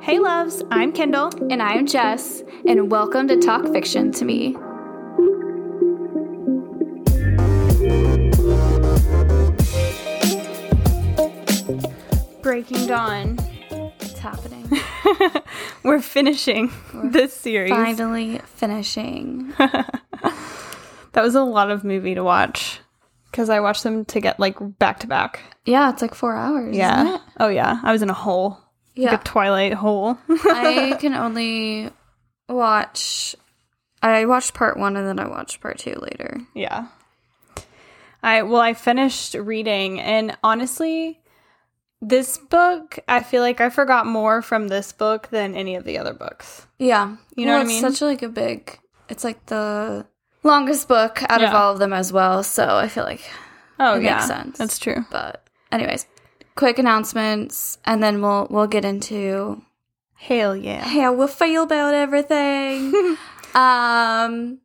Hey loves, I'm Kendall. And I'm Jess, and welcome to Talk Fiction to Me. Breaking Dawn. It's happening. We're finishing this series. Finally finishing. That was a lot of movie to watch because I watched them to get like back to back. Yeah, it's like four hours. Isn't Yeah. it? Oh yeah. I was in a hole. Yeah. Like a Twilight hole. I can only watch. I watched part one and then I watched part two later. Yeah. I well, I finished reading, and honestly, this book I feel like I forgot more from this book than any of the other books. Yeah. You know Well, what I mean? It's such like a big. It's like the longest book out of Yeah. all of them as well. So I feel like. Oh It makes yeah, sense. that's true. But anyways, quick announcements, and then we'll we'll get into Hell yeah. how we feel about everything. um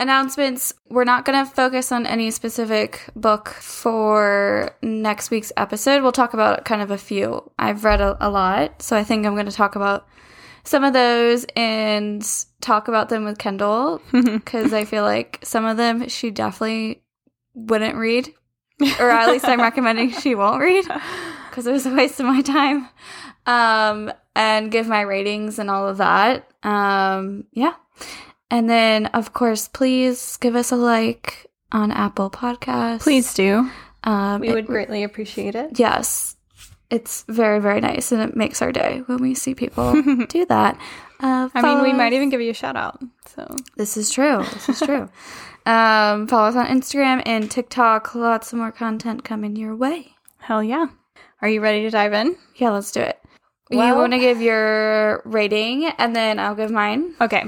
announcements we're not going to focus on any specific book for next week's episode we'll talk about kind of a few i've read a, a lot so i think i'm going to talk about some of those and talk about them with kendall because i feel like some of them she definitely wouldn't read or at least i'm recommending she won't read because it was a waste of my time um and give my ratings and all of that um yeah and then, of course, please give us a like on Apple Podcasts. Please do. Um, We it- would greatly appreciate it. Yes. It's very, very nice. And it makes our day when we see people do that. Uh, I mean, follow we might e-, us- even give you a shout out. So This is true. This is true. um, follow us on Instagram and TikTok. Lots of more content coming your way. hell yeah. Are you ready to dive in? Yeah, let's do it. you Well- want to give your rating, and then I'll give mine. Okay.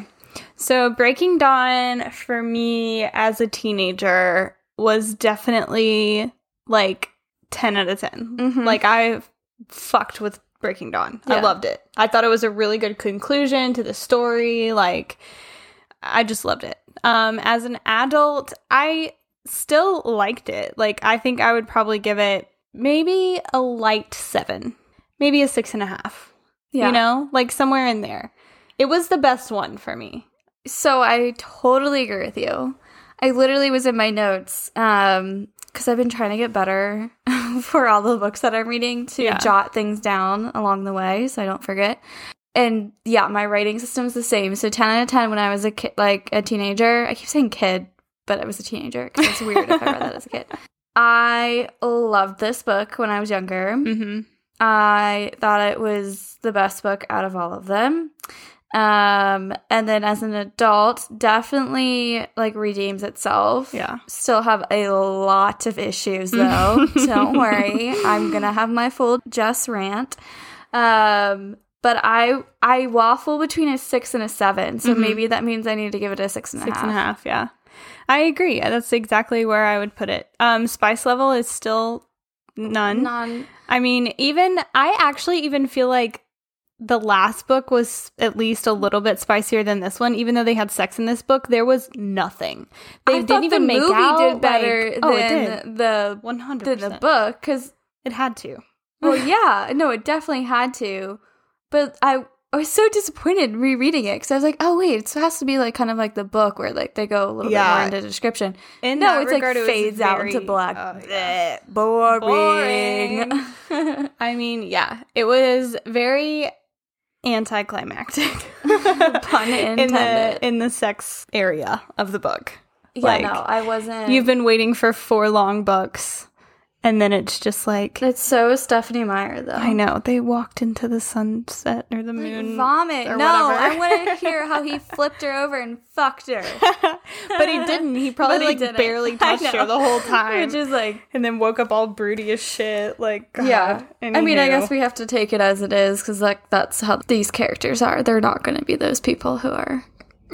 So Breaking Dawn for me as a teenager was definitely like 10 out of 10. Mhm. Like I fucked with Breaking Dawn. I Yeah. loved it. I thought it was a really good conclusion to the story. Like I just loved it. Um as an adult, I still liked it. Like I think I would probably give it maybe a light 7. Maybe a six and a half. Yeah. You know, like somewhere in there. It was the best one for me. So I totally agree with you. I literally was in my notes because I've been trying to get better for all the books that I'm reading to Yeah. jot things down along the way so I don't forget. And yeah, my writing system's the same. So 10 out of 10 when I was a kid, like a teenager. I keep saying kid, but I was a teenager because it's weird if I read that as a kid. I loved this book when I was younger. Mm-hmm. I thought it was the best book out of all of them. Um, and then as an adult, definitely like redeems itself. Yeah. Still have a lot of issues though. Don't worry. I'm gonna have my full Jess rant. Um but I I waffle between a six and a seven. So Mhm. maybe that means I need to give it a six and a half. Six and a half, yeah. I agree. That's exactly where I would put it. Um, spice level is still none. Non I mean, even I actually even feel like the last book was at least a little bit spicier than this one. Even though they had sex in this book, there was nothing. They I thought didn't even the make movie out. did better like- than oh, it did. the One hundred than the percent. book because It had to. Well, yeah, no, it definitely had to. But I, I was so disappointed rereading it because I was like, oh wait, it has to be like kind of like the book where like they go a little Yeah. bit more into description. In no, that it's regard, it like was fades out into very- black. oh, yeah. Bleh, boring. I mean, yeah, it was very anticlimactic. Pun In the, intended. in the sex area of the book. yeah, Like, no, I wasn't. You've been waiting for four long books, and then it's just like, It's so Stephanie Meyer though. I know, they walked into the sunset or the moon. Vomit. or No, I whatever. want to hear how he flipped her over and fucked her. but he didn't. He probably But he like didn't. barely I touched her know. the whole time. Which is like and then woke up all broody as shit. Like, God. Yeah. I mean, Anywho. I guess we have to take it as it is because, like, that's how these characters are. They're not going to be those people who are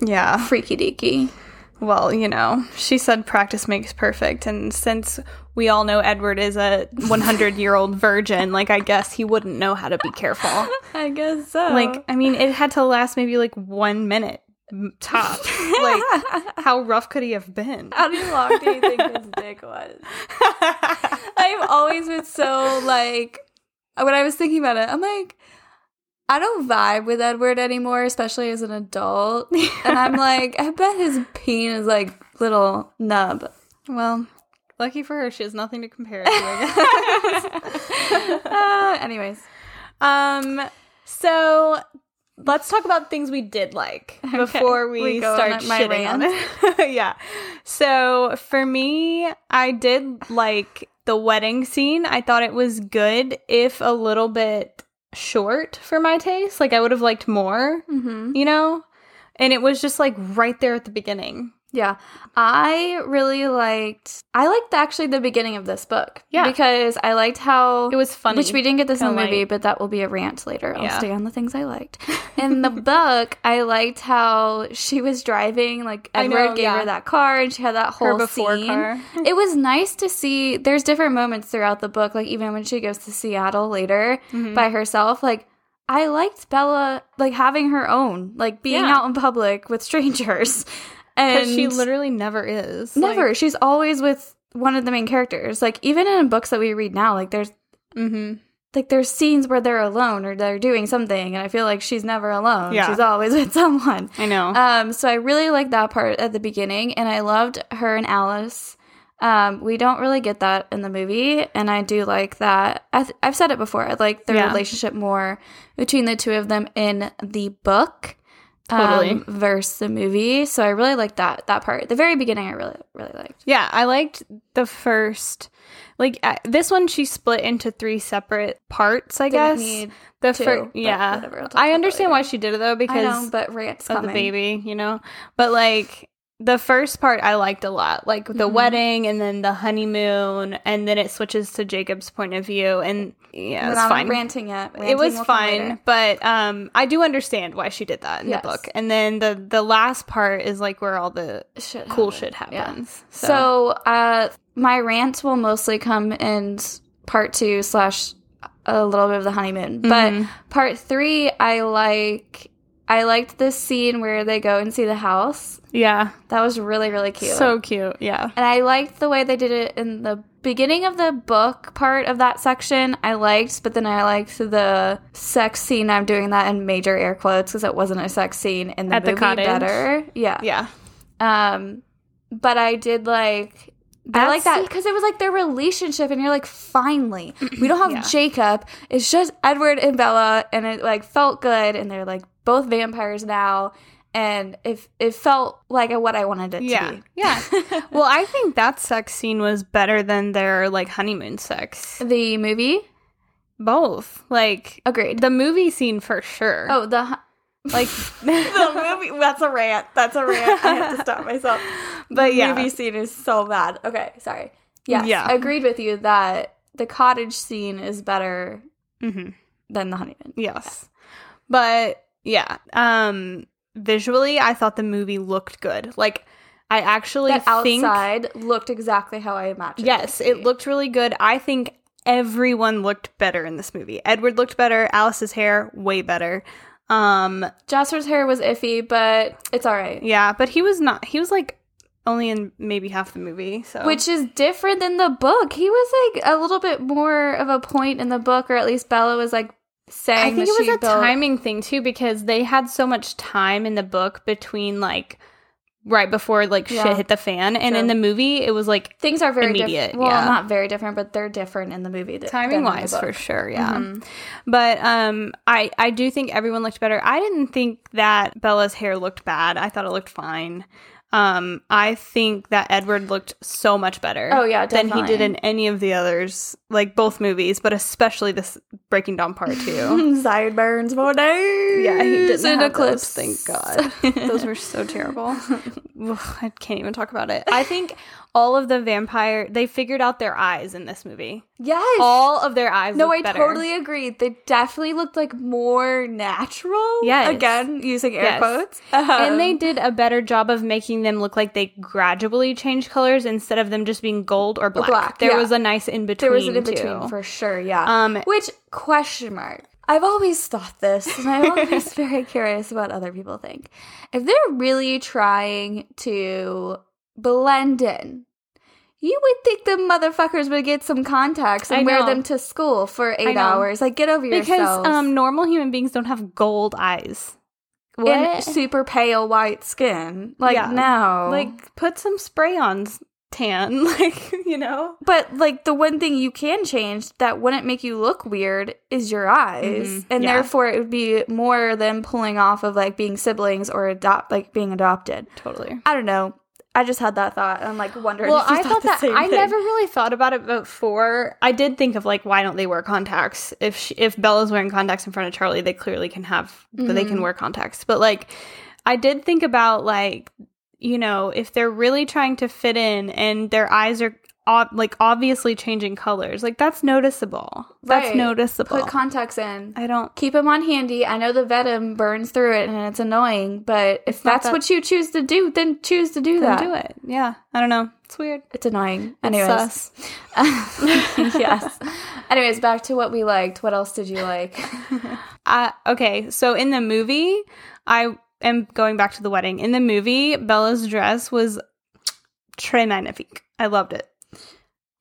Yeah. freaky deaky. Well, you know, she said practice makes perfect. And since we all know Edward is a 100 year old virgin, like, I guess he wouldn't know how to be careful. I guess so. Like, I mean, it had to last maybe like one minute m- tops. like, how rough could he have been? how long do you think his dick was? I've always been so, like, when I was thinking about it, I'm like, I don't vibe with Edward anymore, especially as an adult. And I'm like, I bet his peen is like little nub. Well, Lucky for her, she has nothing to compare it to. I guess. uh, anyways, um, so let's talk about things we did like before we, we go start on my shitting on it. yeah. So for me, I did like the wedding scene. I thought it was good, if a little bit short for my taste. Like I would have liked more, mm-hmm. you know. And it was just like right there at the beginning. yeah, I really liked. I liked actually the beginning of this book. Yeah. because I liked how It was funny. Which we didn't get this in the Kinda movie, light. but that will be a rant later. I'll Yeah. stay on the things I liked. In the book, I liked how she was driving. Like I know, Edward gave yeah. her that car, and she had that her whole before scene. car. It was nice to see. There's different moments throughout the book, like even when she goes to Seattle later Mhm. by herself. Like I liked Bella, like having her own, like being Yeah. out in public with strangers, and Because she literally never is. never. Like, she's always with one of the main characters. Like even in books that we read now, like there's mm-hmm. like there's scenes where they're alone or they're doing something and i feel like she's never alone Yeah. she's always with someone I know. um so i really liked that part at the beginning and i loved her and alice um we don't really get that in the movie and i do like that I th- i've said it before i like the Yeah. relationship more between the two of them in the book um, Totally. versus the movie so i really liked that that part the very beginning i really really liked Yeah, I liked the first. Like uh, this one, she split into three separate parts. I Didn't guess need the to, first. but Yeah, whatever, I'll talk I about understand later. why she did it though i because know but rant's of coming the baby, you know. But like the first part, I liked a lot, like the Mhm. wedding and then the honeymoon, and then it switches to Jacob's point of view, and yeah, We're it's not fine. ranting yet. it Ranting was will come fine, later. but um, I do understand why she did that in Yes. the book. And then the the last part is like where all the Shit cool happened. shit Yeah. happens. So, uh, my rant will mostly come in s- part two slash a little bit of the honeymoon, Mhm. but part three, I like. I liked this scene where they go and see the house. yeah, That was really really cute. So cute, yeah. and I liked the way they did it in the beginning of the book part of that section. I liked, but then I liked the sex scene. I'm doing that in major air quotes because it wasn't a sex scene in the At the movie. cottage. better, yeah. Yeah. Um, but I did like. I like that That's- because it was like their relationship, and you're like, finally, we don't have Yeah. Jacob. It's just Edward and Bella, and it like felt good, and they're like both vampires now, and if it felt like what I wanted it to Yeah. be. Yeah. well, I think that sex scene was better than their like honeymoon sex. The movie, Both. Like agreed. the movie scene for sure. oh, the hu- Like the movie. That's a rant. That's a rant. I have to stop myself. But yeah. movie scene is so bad. Okay, sorry. Yes, Yeah. agreed with you that the cottage scene is better Mhm. than the honeymoon. Yes. But yeah. Um visually I thought the movie looked good. Like I actually That think outside looked exactly how I imagined. Yes, to it be. looked really good. I think everyone looked better in this movie. Edward looked better, Alice's hair way better. Um Jasper's hair was iffy, but it's all right. Yeah, but he was not. He was like only in maybe half the movie. So Which is different than the book. He was like a little bit more of a point in the book, or at least Bella was like saying. I think that it was she a built- timing thing too because they had so much time in the book between like right before like Yeah. shit hit the fan, and Sure. in the movie it was like Things are very Immediate, different. Well, yeah. not very different, but they're different in the movie. th- than timing in the wise for book. sure. Yeah, Mhm. but um, I I do think everyone looked better. I didn't think that Bella's hair looked bad. I thought it looked fine. Um, I think that Edward looked so much better. Oh yeah, than definitely. he did in any of the others, like both movies, but especially this Breaking Down Part Two. sideburns for days. yeah, he didn't and have eclipse. Those, thank God, those were so terrible. Ugh, I can't even talk about it. I think all of the vampire they figured out their eyes in this movie. Yes. All of their eyes. no, look I better. totally agree. They definitely looked like more natural. Yes. Again, using air Yes. quotes. and they Um, did a better job of making them look like they gradually changed colors instead of them just being gold or black. black, there yeah. was a nice in between. there was an in between for sure. Yeah. Um, Which question mark? I've always thought this, and I'm always very curious about other people think. If they're really trying to blend in, You would think the motherfuckers would get some contacts and I wear know. them to school for eight know. hours. Like, get over Because yourselves. um, normal human beings don't have gold eyes. and What? super pale white skin. Like, Yeah. no. like put some spray on s- tan, like you know. But like the one thing you can change that wouldn't make you look weird is your eyes, Mhm, and yeah. therefore it would be more than pulling off of like being siblings or adopt like being adopted. Totally. I don't know. I just had that thought. and I'm like wondering. Well, if you I thought the that same I thing. never really thought about it before. I did think of like, why don't they wear contacts? If she, if Bella's wearing contacts in front of Charlie, they clearly can have, but they Mm-hmm. can wear contacts. But like, I did think about like, you know, if they're really trying to fit in and their eyes are ob- like obviously changing colors, like that's noticeable. Right. That's noticeable. put contacts in. I don't. Keep them on handy. I know the venom burns through it and it's annoying, but if It's not that's that- what you choose to do, then choose to do Then that. do it. Yeah, I don't know. It's weird. It's annoying. It's Anyways, sus. yes. Anyways, back to what we liked. What else did you like? I, okay, so in the movie, I am going back to the wedding. In the movie, Bella's dress was très magnifique. I loved it.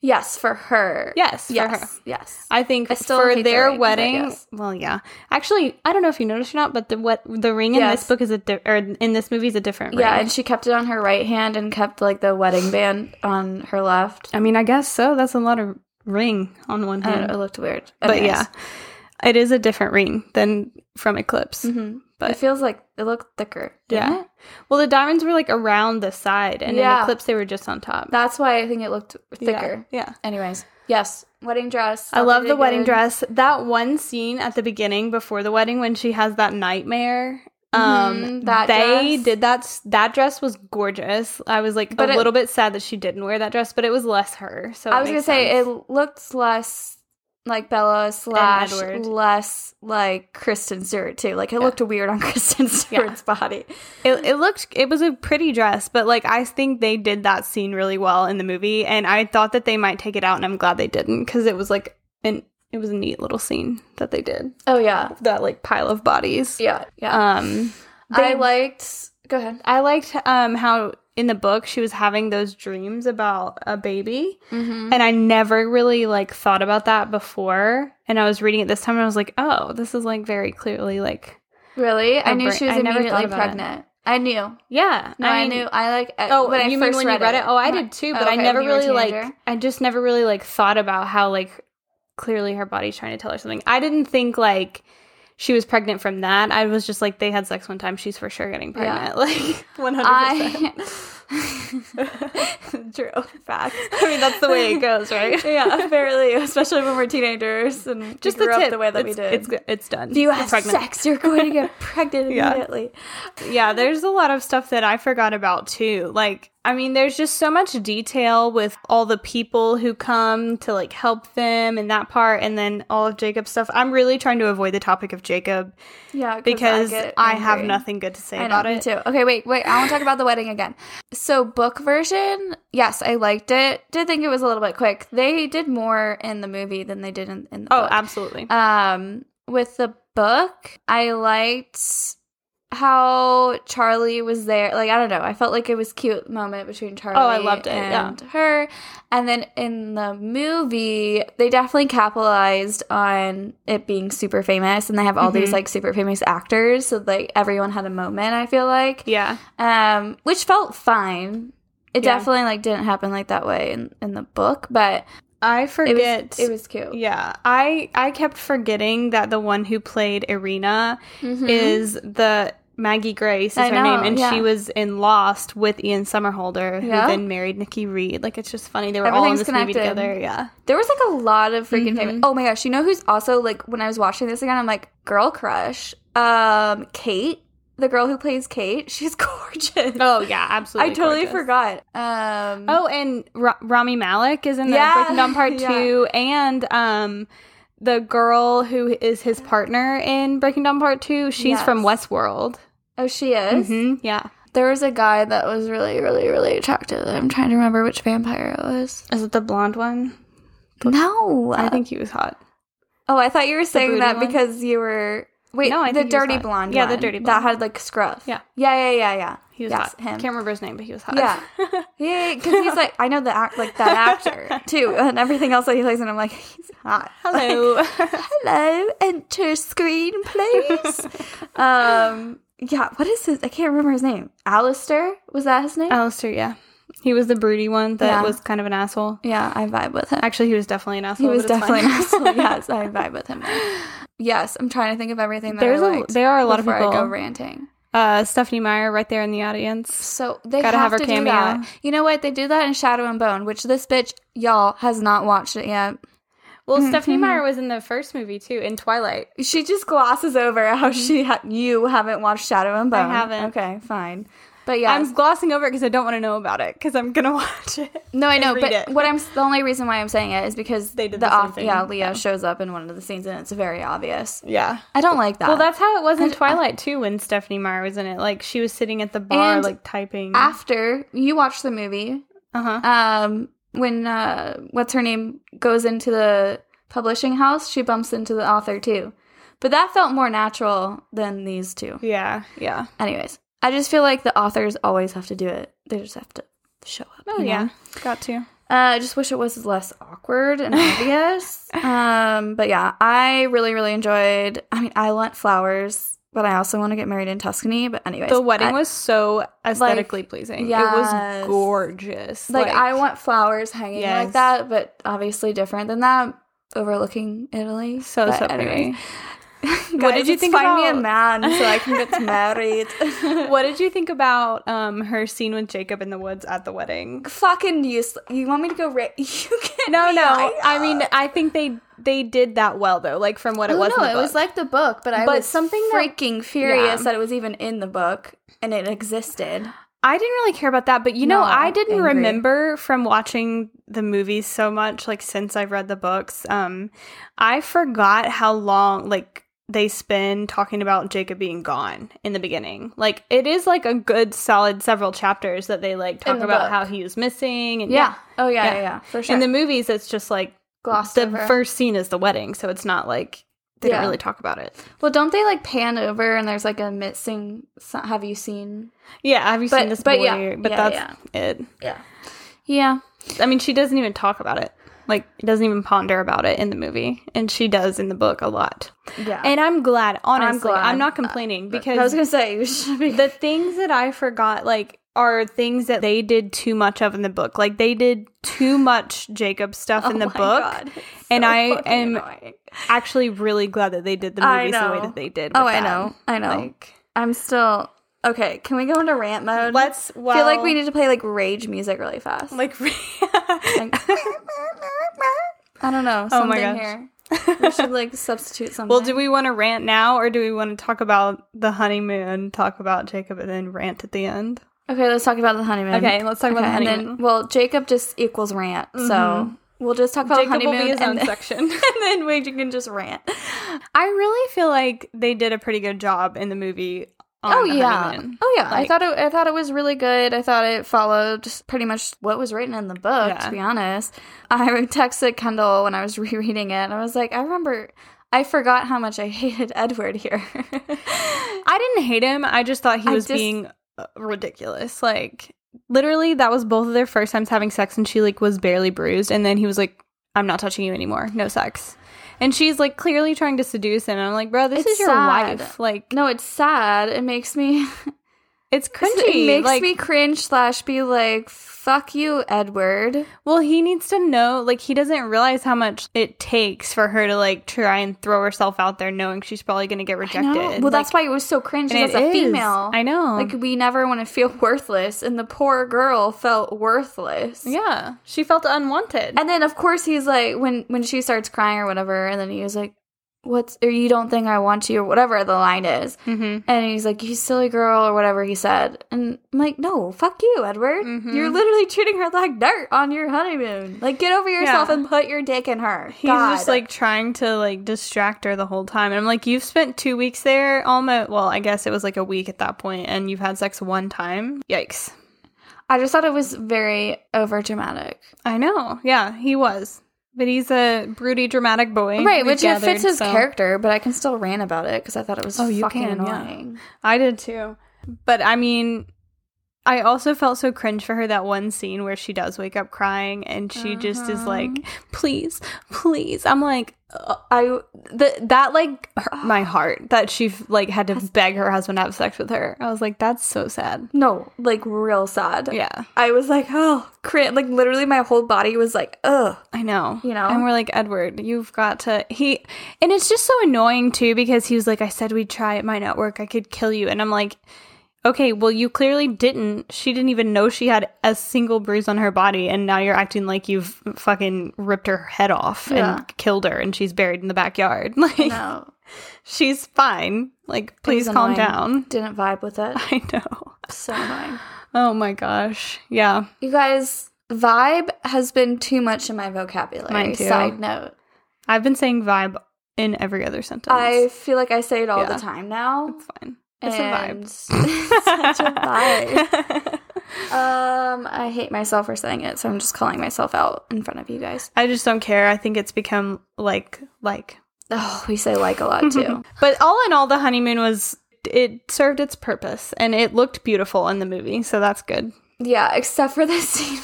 Yes, for her. Yes, for Yes. her. Yes. I think I still for hate the their ring, but wedding, yes. well, yeah. Actually, I don't know if you noticed or not, but the what the ring in Yes. this book is a di- or in this movie is a different Um, yeah, ring. and she kept it on her right hand and kept like the wedding band on her left. I mean, I guess so. That's a lot of ring on one I don't hand, know, it looked weird. Mm-hmm. but yeah, it is a different ring than from Eclipse. hmm But- it feels like it looked thicker. didn't Yeah. it? Well, the diamonds were like around the side, and Yeah. in Eclipse they were just on top. that's why I think it looked Yeah. thicker. yeah. Anyways, yes, wedding dress. I thought love they the did wedding good. dress. That one scene at the beginning before the wedding when she has that nightmare. Um, Mhm, that they dress. did that. s- That dress was gorgeous. I was like But a it- little bit sad that she didn't wear that dress, but it was less her. So I was gonna say it looked less like Bella slash Edward. less like Kristen Stewart too. Like it looked weird on Kristen Stewart's body. it, it looked. It was a pretty dress, but like I think they did that scene really well in the movie, and I thought that they might take it out, and I'm glad they didn't because it was like an it was a neat little scene that they did. Oh yeah, That like pile of bodies. yeah, yeah. Um, I they- liked. Go ahead. I liked um, how in the book she was having those dreams about a baby, Mm-hmm. and I never really like thought about that before. And I was reading it this time, and I was like, "Oh, this is like very clearly like Really, I Her knew brain- she was I never immediately thought about it. pregnant. I knew. yeah." No, I, mean- knew. I like. I- Oh, when I you mean first when you read it? Oh, I when did too, oh, but I okay, when never you were a really like. teenager. I just never really like thought about how like clearly her body's trying to tell her something. I didn't think like she was pregnant from that. I was just like, they had sex one time. She's for sure getting Yeah. pregnant. Like one hundred percent. I drew facts. I mean, that's the way it goes, right? yeah, apparently, especially when we're teenagers and just we the grew tip. up the way that it's, we did. It's go- it's done. if you You're have sex, you're going to get pregnant Yeah. immediately. Yeah, there's a lot of stuff that I forgot about too. Like, I mean, there's just so much detail with all the people who come to like help them and that part, and then all of Jacob's stuff. I'm really trying to avoid the topic of Jacob Yeah, because I, get have angry. nothing good to say I know, about me it. too. Okay, wait, wait. I want to talk about the wedding again. So book version, yes, I liked it. Did think it was a little bit quick. They did more in the movie than they did in, in the Oh, book. absolutely. Um, with the book, I liked how Charlie was there. Like I don't know, I felt like it was cute moment between Charlie. Oh, I loved it, yeah. and her. And then in the movie, they definitely capitalized on it being super famous, and they have all these Mhm. like super famous actors. So like everyone had a moment. I feel like, yeah, um, which felt fine. It Yeah. definitely like didn't happen like that way in, in the book, but I it was forget. it was cute. yeah, I I kept forgetting that the one who played Irina Mhm. is the Maggie Grace is I her know, name, and yeah. she was in Lost with Ian Somerhalder, who Yeah. then married Nikki Reed. Like it's just funny they were all in this Everything's movie connected. together. Yeah, There was like a lot of freaking Mhm. famous. Oh my gosh, you know who's also like when I was watching this again, I'm like, girl crush. Um, Kate, the girl who plays Kate, she's gorgeous. oh yeah, absolutely. I totally gorgeous. forgot. Um, Oh, and Ra- Rami Malik is in the Yeah, Breaking Dawn Part yeah. Two, and um, the girl who is his partner in Breaking Dawn Part Two, she's Yes. from Westworld. oh, she is. hmm yeah, There was a guy that was really, really, really attractive. I'm trying to remember which vampire it was. is it the blonde one? No, I think he was hot. Oh, I thought you were saying booty that one? because you were Wait, No, I the think he was dirty hot. blonde. Yeah, the one dirty that blonde. had like scruff. Yeah. yeah, yeah, yeah, yeah. He was yes, hot. Him. Can't remember his name, but he was hot. Yeah. yeah, because he's like I know the act like that actor too, and everything else that he plays, and I'm like he's hot. Hello. hello enter screen please um yeah what is his i can't remember his name Alistair was that his name Alistair, yeah. He was the broody one that Yeah. was kind of an asshole. yeah i vibe with him Actually, he was definitely an asshole. he was but it's definitely an fine. asshole yes i vibe with him now. yes i'm trying to think of everything that There's I a, liked there are a lot of before people. i go ranting uh, Stephanie Meyer right there in the audience. so they Gotta have have, her to do cameo. that you know what they do that in shadow and bone which this bitch y'all has not watched it yet Well, Stephanie Meyer was in the first movie too, in Twilight. she just glosses over how she ha- you haven't watched shadow and Mm-hmm. I bone haven't. okay fine but yeah I'm glossing over it because I don't want to know about it because I'm gonna watch it. No, I know, read but it. what I'm the only reason why I'm saying it is because They did the, the same auth- thing. Yeah, Leo shows up in one of the scenes, and it's very obvious. Yeah. I don't like that. Well, that's how it was in Twilight too when Stephanie Meyer was in it. Like she was sitting at the bar, And like typing. after you watch the movie. uh huh. Um, when uh, what's her name goes into the publishing house, she bumps into the author too, but that felt more natural than these two. Yeah. Yeah. Anyways, I just feel like the authors always have to do it. They just have to show up. Oh you know? yeah. Got to. Uh, I just wish it was less awkward and obvious. um, but yeah, I really, really enjoyed. I mean, I want flowers, but I also want to get married in Tuscany. But anyways, The wedding I- was so aesthetically pleasing. It yes. was gorgeous. like, I want flowers hanging Yes. like that, but obviously different than that, overlooking Italy. so But so anyways, pretty. What guys, did you let's think Find me a about- man so I can get married. What did you think about um her scene with Jacob in the woods at the wedding? Fucking useless. You want me to go? Ra- you can No, no. I mean, I think they they did that well though. Like from what it Oh, was. no, in the it was book. like the book, but I But was something something that- freaking furious Yeah. that it was even in the book and it existed. I didn't really care about that, but you know, No, I didn't angry. remember from watching the movies so much. Like since I've read the books, um, I forgot how long like they spend talking about Jacob being gone in the beginning. Like it is like a good solid several chapters that they like In talk the about book. how he was missing. And Yeah. Oh yeah, yeah, Yeah. yeah, for sure. in the movies, it's just like glossed the over. first scene is the wedding, so it's not like they Yeah. don't really talk about it. well, don't they like pan over and there's like a missing? so- Have you seen? Yeah, have you But- seen this but boy? yeah. But Yeah, that's it. Yeah. Yeah. I mean, she doesn't even talk about it. Like, doesn't even ponder about it in the movie, and she does in the book a lot. Yeah. And I'm glad, honestly, I'm, glad. Uh, not complaining because I was gonna say you should be. the things that I forgot, like, are things that they did too much of in the book. Like, they did too much Jacob stuff Oh in the book. and I am Actually, really glad that they did the I movies the way know. that they did. Oh, with I that. know. I know. Like, I'm still okay. Can we go into rant mode? let's. I Well, feel like we need to play like rage music really fast. like. Like- I don't know. Oh my Something gosh. here. We should like substitute something. Well, do we want to rant now or do we want to talk about the honeymoon, talk about Jacob, and then rant at the end? Okay, let's talk about the honeymoon. Okay, let's talk about the Okay, and then- honeymoon. well, Jacob just equals rant, so we'll just talk about Jacob will honeymoon be his and, own then- section. and then we can just rant. I really feel like they did a pretty good job in the movie. On Oh the yeah, honeymoon. oh yeah. I Like- thought it, I thought it was really good. I thought it followed just pretty much what was written in the book. To Yeah. be honest, I texted Kendall when I was rereading it, and I was like, I remember, I forgot how much I hated Edward here. I didn't hate him. I just thought he I was just- being uh, ridiculous. Like literally, that was both of their first times having sex, and she like was barely bruised, and then he was like, "I'm not touching you anymore. No sex." And she's like clearly trying to seduce him. And I'm like, bro, this It's is your sad. wife. Like, no, it's sad. It makes me it's cringy. It makes like, me cringe slash be like, fuck you, Edward. Well, he needs to know, like, he doesn't realize how much it takes for her to, like, try and throw herself out there knowing she's probably going to get rejected. Well, that's why it was so cringe and as it a is. female. I know. Like we never want to feel worthless, and the poor girl felt worthless. yeah. She felt unwanted. And then of course he's like, when when she starts crying or whatever, and then he was like, "What's or you don't think I want you or whatever the line is." mm-hmm. And he's like, "You silly girl" or whatever he said. And I'm like, "No, fuck you, Edward. Mhm. You're literally treating her like dirt on your honeymoon. Like, get over yourself Yeah. and put your dick in her." He's just, God. like, trying to, like, distract her the whole time. And I'm like, you've spent two weeks there, almost, well, I guess it was, like, a week at that point, and you've had sex one time. Yikes. I just thought it was very over dramatic. I know. Yeah, he was. But he's a broody, dramatic boy. right, We've which it gathered, fits his so- character, but I can still rant about it because I thought it was Oh, you fucking can, yeah. annoying. I did too. But I mean, I also felt so cringe for her that one scene where she does wake up crying and she just is like, please, please. I'm like, uh, I th- that like hurt my heart that she like had to beg her husband to have sex with her. I was like, that's so sad. No, like real sad. Yeah, I was like, oh, cringe. Like literally, my whole body was like, ugh. I know. You know? and we're like, Edward, you've got to. He and it's just so annoying too because he was like, I said we'd try. It might not work. I could kill you. And I'm like. Okay, well, you clearly didn't. She didn't even know she had a single bruise on her body, and now you're acting like you've fucking ripped her head off Yeah. and killed her, and she's buried in the backyard. Like, No, she's fine. Like, please was calm annoying. down. didn't vibe with it. I know. So annoying. Oh my gosh. Yeah. You guys, vibe has been too much in my vocabulary. Mine too. Side note, I've been saying vibe in every other sentence. I feel like I say it all Yeah. the time now. it's fine. It's a vibe. vibe. such a vibe. Um, I hate myself for saying it, so I'm just calling myself out in front of you guys. I just don't care. I think it's become like like. Oh, we say like a lot too. But all in all, the honeymoon was it served its purpose and it looked beautiful in the movie, so that's good. yeah, except for this scene.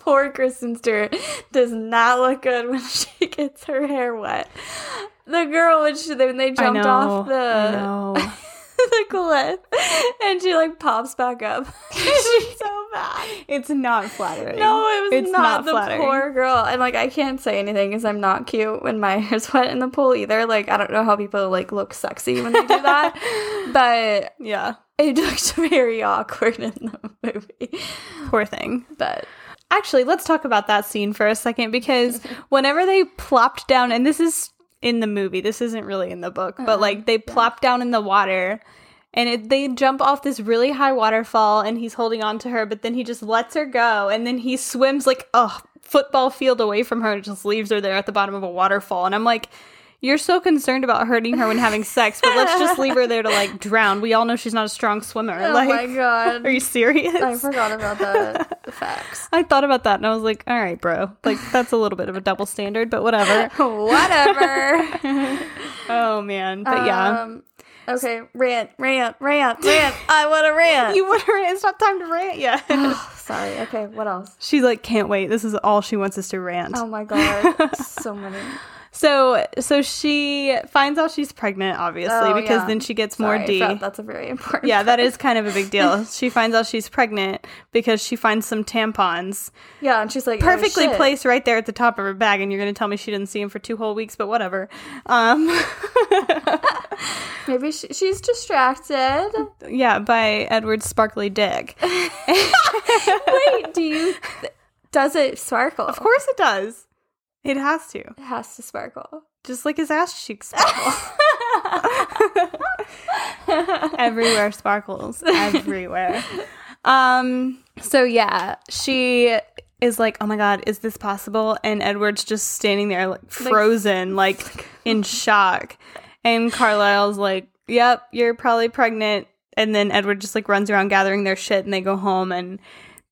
Poor Kristen Stewart does not look good when she gets her hair wet. The girl when she when they jumped off the I the cliff and she like pops back up. She's so bad. know. it's not flattering. No, it was It's not, not the flattering. poor girl. And like, I can't say anything because I'm not cute when my hair's wet in the pool either. Like, I don't know how people like look sexy when they do that, but Yeah, it looked very awkward in the movie. poor thing. But Actually, let's talk about that scene for a second because whenever they plopped down, and this is in the movie, this isn't really in the book, Uh-huh. but like they plop down in the water and it, they jump off this really high waterfall and he's holding on to her, but then he just lets her go and then he swims like a football field away from her and just leaves her there at the bottom of a waterfall. And I'm like, you're so concerned about hurting her when having sex, but let's just leave her there to like drown. We all know she's not a strong swimmer. oh like, my god, are you serious? I forgot about the, the facts. I thought about that and I was like, all right, bro. Like, that's a little bit of a double standard, but whatever. Whatever. Oh, man. But yeah. Um, okay, rant, rant, rant, rant. I want to rant. you want to rant? It's not time to rant yet. Sorry. Okay, what else? She's like, can't wait. This is all she wants is to rant. Oh my god, so many. So, so she finds out she's pregnant, obviously, Oh, because yeah. then she gets Sorry, more I D. forgot That's a very important. Yeah, that is kind of a big deal. she finds out she's pregnant because she finds some tampons Yeah, and she's like oh, perfectly shit. placed right there at the top of her bag, and you're going to tell me she didn't see him for two whole weeks, but whatever. Um, Maybe she, she's distracted. yeah, by Edward's sparkly dick. Wait, do you? Does it sparkle? Of course it does. It has to. it has to sparkle. Just like his ass cheeks sparkle. Everywhere sparkles. Everywhere. Um so yeah, she is like, "Oh my god, is this possible?" And Edward's just standing there like frozen, like, in shock. And Carlisle's like, "Yep, you're probably pregnant." And then Edward just like runs around gathering their shit and they go home and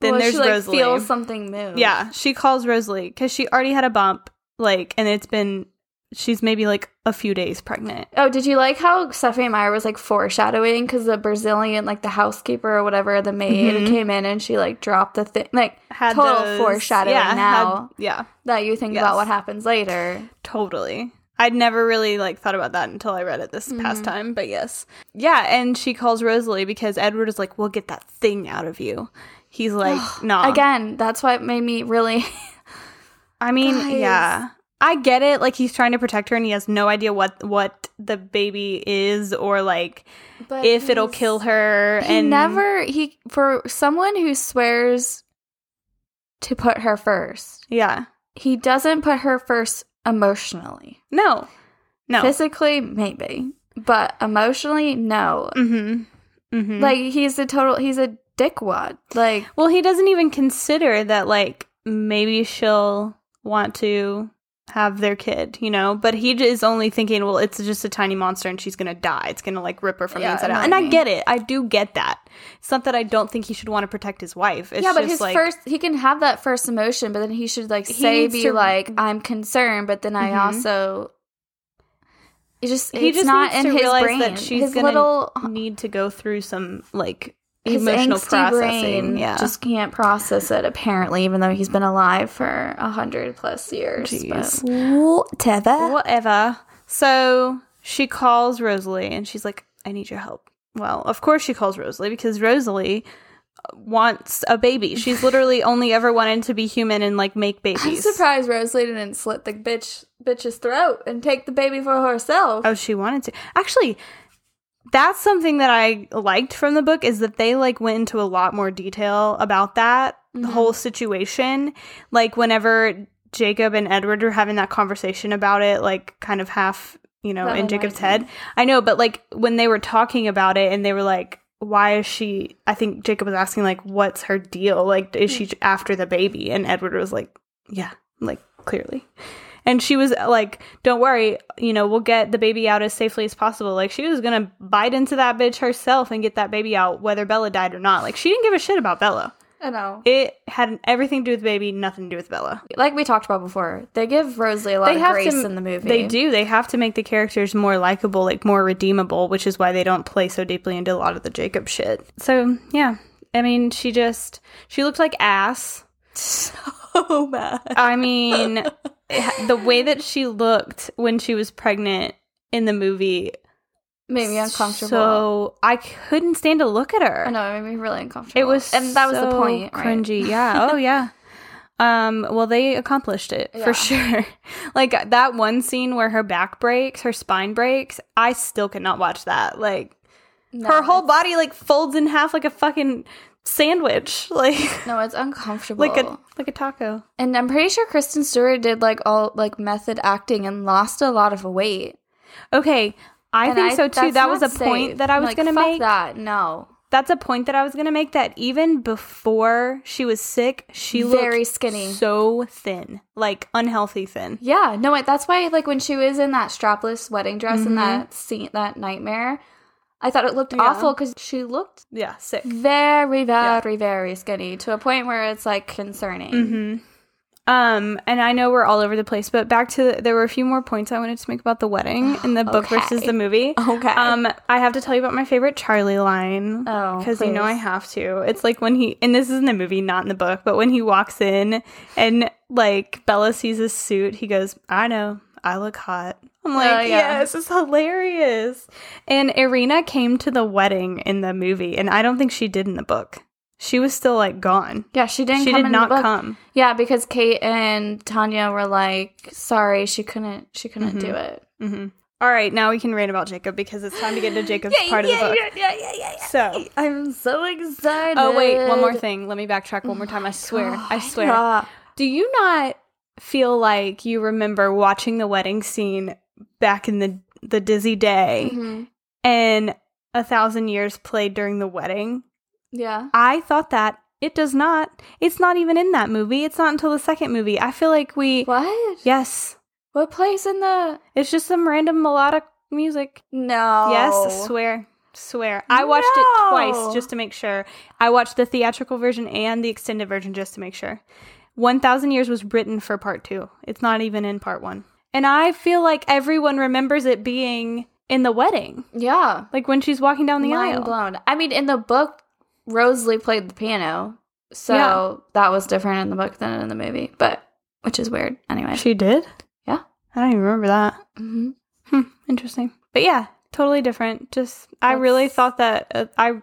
then Well, there's she like Rosalie. feels something move. Yeah, she calls Rosalie because she already had a bump, like, and it's been she's maybe like a few days pregnant. Oh, did you like how Stephanie Meyer was like foreshadowing because the Brazilian, like the housekeeper or whatever, the maid Mhm. came in and she like dropped the thing, like total those- foreshadowing yeah, had- now yeah, that you think Yes. about what happens later. totally. I'd never really like thought about that until I read it this Mm-hmm. past time, but yes, yeah. And she calls Rosalie because Edward is like, "We'll get that thing out of you." He's like, "No, nah. Again, that's what made me really. I mean, Guys. yeah. I get it. Like he's trying to protect her, and he has no idea what what the baby is, or like but if it'll he's- kill her. He and never he for someone who swears to put her first. yeah, He doesn't put her first emotionally. no, no, Physically, maybe, but emotionally, no. Mm-hmm. Mm-hmm. Like he's a total. He's a dickwad. Like well, he doesn't even consider that, like, maybe she'll want to have their kid, you know? But he j- is only thinking, well, it's just a tiny monster and she's going to die. It's going to like rip her from the Yeah, inside I know out. And what I you get it. I do get that. It's not that I don't think he should want to protect his wife. It's yeah, but just his like, first he can have that first emotion, but then he should like say needs be to- like I'm concerned, but then I Mhm. also it just He it's just not needs in to his realize brain. that she's his gonna- little need to go through some like uh, his emotional angsty processing. brain yeah. just can't process it apparently, even though he's been alive for a hundred plus years. Jeez. But whatever. whatever. So she calls Rosalie and she's like, I need your help. Well, of course she calls Rosalie because Rosalie uh, wants a baby. She's literally only ever wanted to be human and like make I'm babies. surprised Rosalie didn't slit the bitch bitch's throat and take the baby for herself. Oh, she wanted to. Actually, that's something that I liked from the book is that they like went into a lot more detail about that the Mhm. whole situation. Like whenever Jacob and Edward are having that conversation about it, like kind of half, you know, That in one Jacob's wasn't. head. I know, but like when they were talking about it and they were like why is she I think Jacob was asking like what's her deal? Like is she after the baby? And Edward was like, yeah, like clearly. And she was uh, like, don't worry, you know, we'll get the baby out as safely as possible. Like, she was going to bite into that bitch herself and get that baby out, whether Bella died or not. Like, she didn't give a shit about Bella. I know. It had everything to do with the baby, nothing to do with Bella. like we talked about before, they give Rosalie a lot They of have grace to- in the movie. They do. They have to make the characters more likable, like more redeemable, which is why they don't play so deeply into a lot of the Jacob shit. So, yeah. I mean, she just, she looked like ass. so bad. I mean, it- the way that she looked when she was pregnant in the movie Made me uncomfortable. So I couldn't stand to look at her. I know it made me really uncomfortable. It was and that was the so point. right? Cringy, yeah. Oh yeah. Um, well, they accomplished it Yeah. for sure. like that one scene where her back breaks, her spine breaks. I still could not watch that. Like No, her whole body like folds in half like a fucking sandwich, like it's- no, it's uncomfortable. like a like a taco. and I'm pretty sure Kristen Stewart did like all like method acting and lost a lot of weight. Okay, I And think so too. that's That was a not point safe. that I was Like, gonna fuck make. That no, That's a point that I was gonna make. That even before she was sick, she very looked skinny. so thin, like unhealthy thin. yeah, no, wait, that's why like when she was in that strapless wedding dress Mhm. in that scene, that nightmare, I thought it looked Yeah. awful because she looked Yeah, sick. very, very, very skinny to a point where it's like concerning. hmm Um, and I know we're all over the place, but back to there were a few more points I wanted to make about the wedding in the book Okay. versus the movie. Okay. Um, I have to tell you about my favorite Charlie line. Oh, because you know I please. have to. It's like when he and this is in the movie, not in the book, but when he walks in and like Bella sees his suit, he goes, "I know, I look hot." I'm like, Oh, yeah. "Yes, it's hilarious." And Irina came to the wedding in the movie, and I don't think she did in the book. She was still like gone. yeah, she didn't. she come did in the not book. come. Yeah, because Kate and Tanya were like, "Sorry, she couldn't. She couldn't Mhm. do it." Mhm. All right, now we can rant about Jacob because it's time to get into Jacob's part of the book. yeah, yeah, yeah, yeah. So, I'm so excited. oh wait, one more thing. Let me backtrack one more time. Oh I swear. I swear. Do you not feel like you remember watching the wedding scene back in the the dizzy day Mhm. and a thousand years played during the wedding? Yeah. I thought that it does not. It's not even in that movie. It's not until the second movie. I feel like we What? yes, What place in the? it's just some random melodic music. No. Yes, swear. Swear. I watched it Oh. No. twice just to make sure. I watched the theatrical version and the extended version just to make sure. 1000 Years was written for part 2. It's not even in part 1. And I feel like everyone remembers it being in the wedding, Yeah. like when she's walking down the Mind aisle. blown. I mean, in the book, Rosalie played the piano, so Yeah. that was different in the book than in the movie, but which is weird. Anyway. She did? Yeah. I don't even remember that. Mhm. Hmm, interesting. But yeah, totally different. Just I really That's- thought that uh, I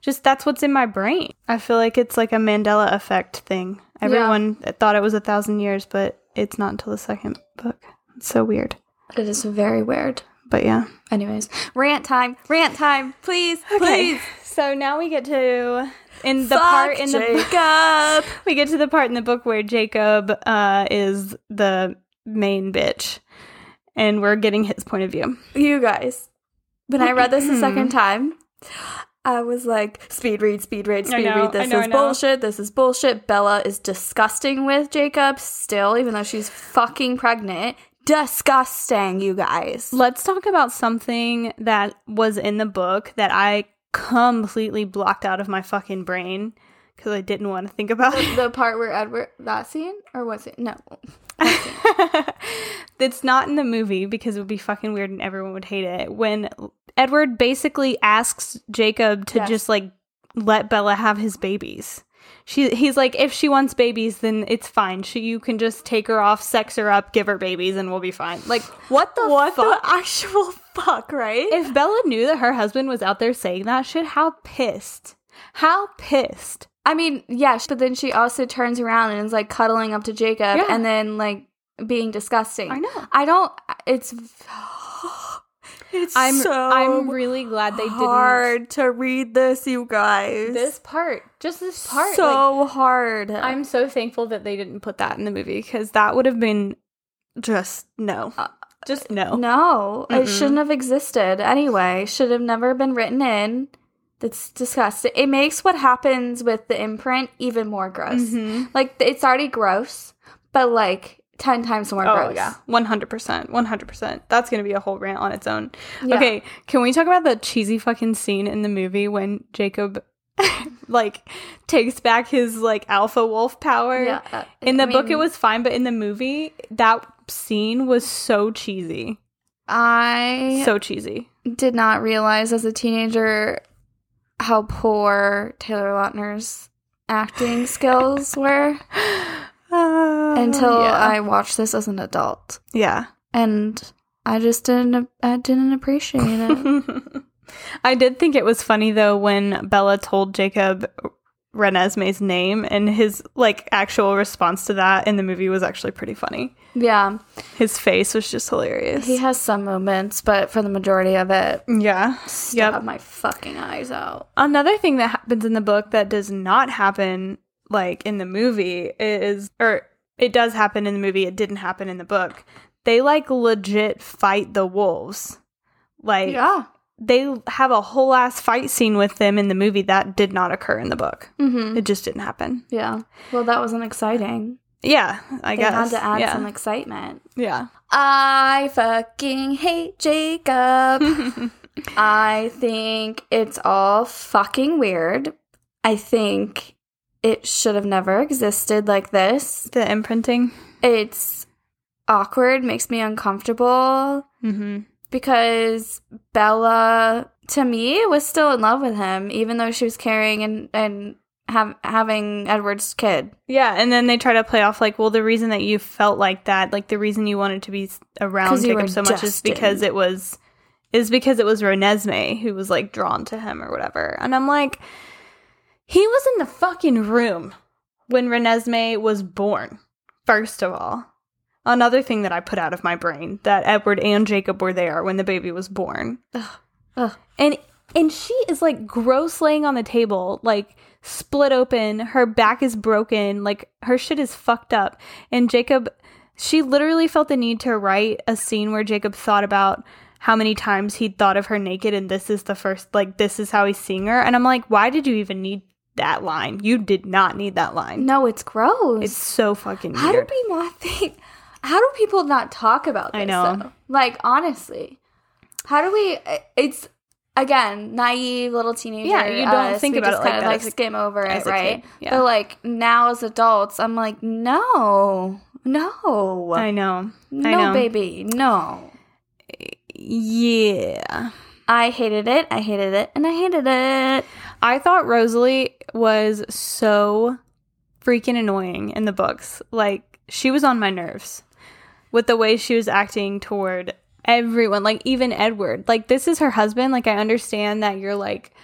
just that's what's in my brain. I feel like it's like a Mandela effect thing. Yeah. Everyone thought it was a thousand years, but it's not until the second book. It's so weird. It is very weird. But yeah. Anyways, rant time, rant time, please, please. So now we get to in the part in the book, Jacob. we get to the part in the book where Jacob uh, is the main bitch, and we're getting his point of view. Mm-hmm. you guys. When I read this the second time, I was like, speed read, speed read, speed know, I read. This know, I is know." bullshit. This is bullshit. Bella is disgusting with Jacob still, even though she's fucking pregnant. Disgusting, you guys. Let's talk about something that was in the book that I completely blocked out of my fucking brain because I didn't want to think about it. the part where Edward that scene or what scene? No, That's not in the movie because it would be fucking weird and everyone would hate it. When Edward basically asks Jacob to Yes. just like let Bella have his babies. She he's like if she wants babies then it's fine. She you can just take her off, sex her up, give her babies and we'll be fine. Like what the what fuck? the actual fuck, right? if Bella knew that her husband was out there saying that shit, how pissed? How pissed? I mean, yes, but then she also turns around and is like cuddling up to Jacob, Yeah. and then like being disgusting. I know. I don't. It's. It's I'm so I'm really glad they didn't hard to read this, you guys. this part. Just this part. like, so hard. I'm so thankful that they didn't put that in the movie because that would have been just no. just no. Uh, no, it Mm-mm. shouldn't have existed anyway. Should have never been written in. That's disgusting. It makes what happens with the imprint even more gross. Mhm. Like it's already gross, but like ten times more Oh, gross. yeah. 100%. 100%. That's going to be a whole rant on its own. Yeah. Okay. Can we talk about the cheesy fucking scene in the movie when Jacob, like, takes back his, like, alpha wolf power? Yeah, uh, In the I book, it mean- was fine, but in the movie, that scene was so cheesy. I So cheesy. did not realize as a teenager how poor Taylor Lautner's acting skills were until Oh, yeah. I watched this as an adult, Yeah. and I just didn't. I didn't appreciate it. I did think it was funny though when Bella told Jacob Renesmee's name and his like actual response to that in the movie was actually pretty funny. yeah, His face was just hilarious. he has some moments, but for the majority of it, yeah. stab my fucking eyes out. Another thing that happens in the book that does not happen like in the movie is or it does happen in the movie, it didn't happen in the book. They like legit fight the wolves. Like they have a whole ass fight scene with them in the movie that did not occur in the book. Mm-hmm. It just didn't happen. Yeah. Well, that wasn't exciting. Yeah, I they guess. had to add yeah. some excitement. yeah. I fucking hate Jacob. I think it's all fucking weird. I think it should have never existed like this. the imprinting. It's awkward, makes me uncomfortable Mm-hmm. because Bella, to me, was still in love with him, even though she was carrying and, and have, having Edward's kid. Yeah, and then they try to play off like, well, the reason that you felt like that, like the reason you wanted to be s- 'Cause around you were Jacob so much is destined. because it was is because it was Renesmee who was like drawn to him or whatever. And I'm like, he was in the fucking room when Renesmee was born. First of all, another thing that I put out of my brain that Edward and Jacob were there when the baby was born. Ugh. and and she is like gross laying on the table like split open her back is broken like her shit is fucked up and jacob she literally felt the need to write a scene where jacob thought about how many times he'd thought of her naked and this is the first like this is how he's seeing her and i'm like why did you even need that line you did not need that line No, it's gross. it's so fucking How do weird we not think? How do people not talk about this? I know. though? Like honestly, how do we? eh, It's again naive little teenager. Yeah, you don't us, think we about just it like kinda, that Like as a- skim over it, as a right? Oh, kid, yeah. But like now as adults, I'm like, no, no, i know no, i know baby, no. yeah I hated it. I hated it, and I hated it. I thought Rosalie was so freaking annoying in the books. Like she was on my nerves with the way she was acting toward everyone, like even Edward. Like this is her husband. Like I understand that you're like,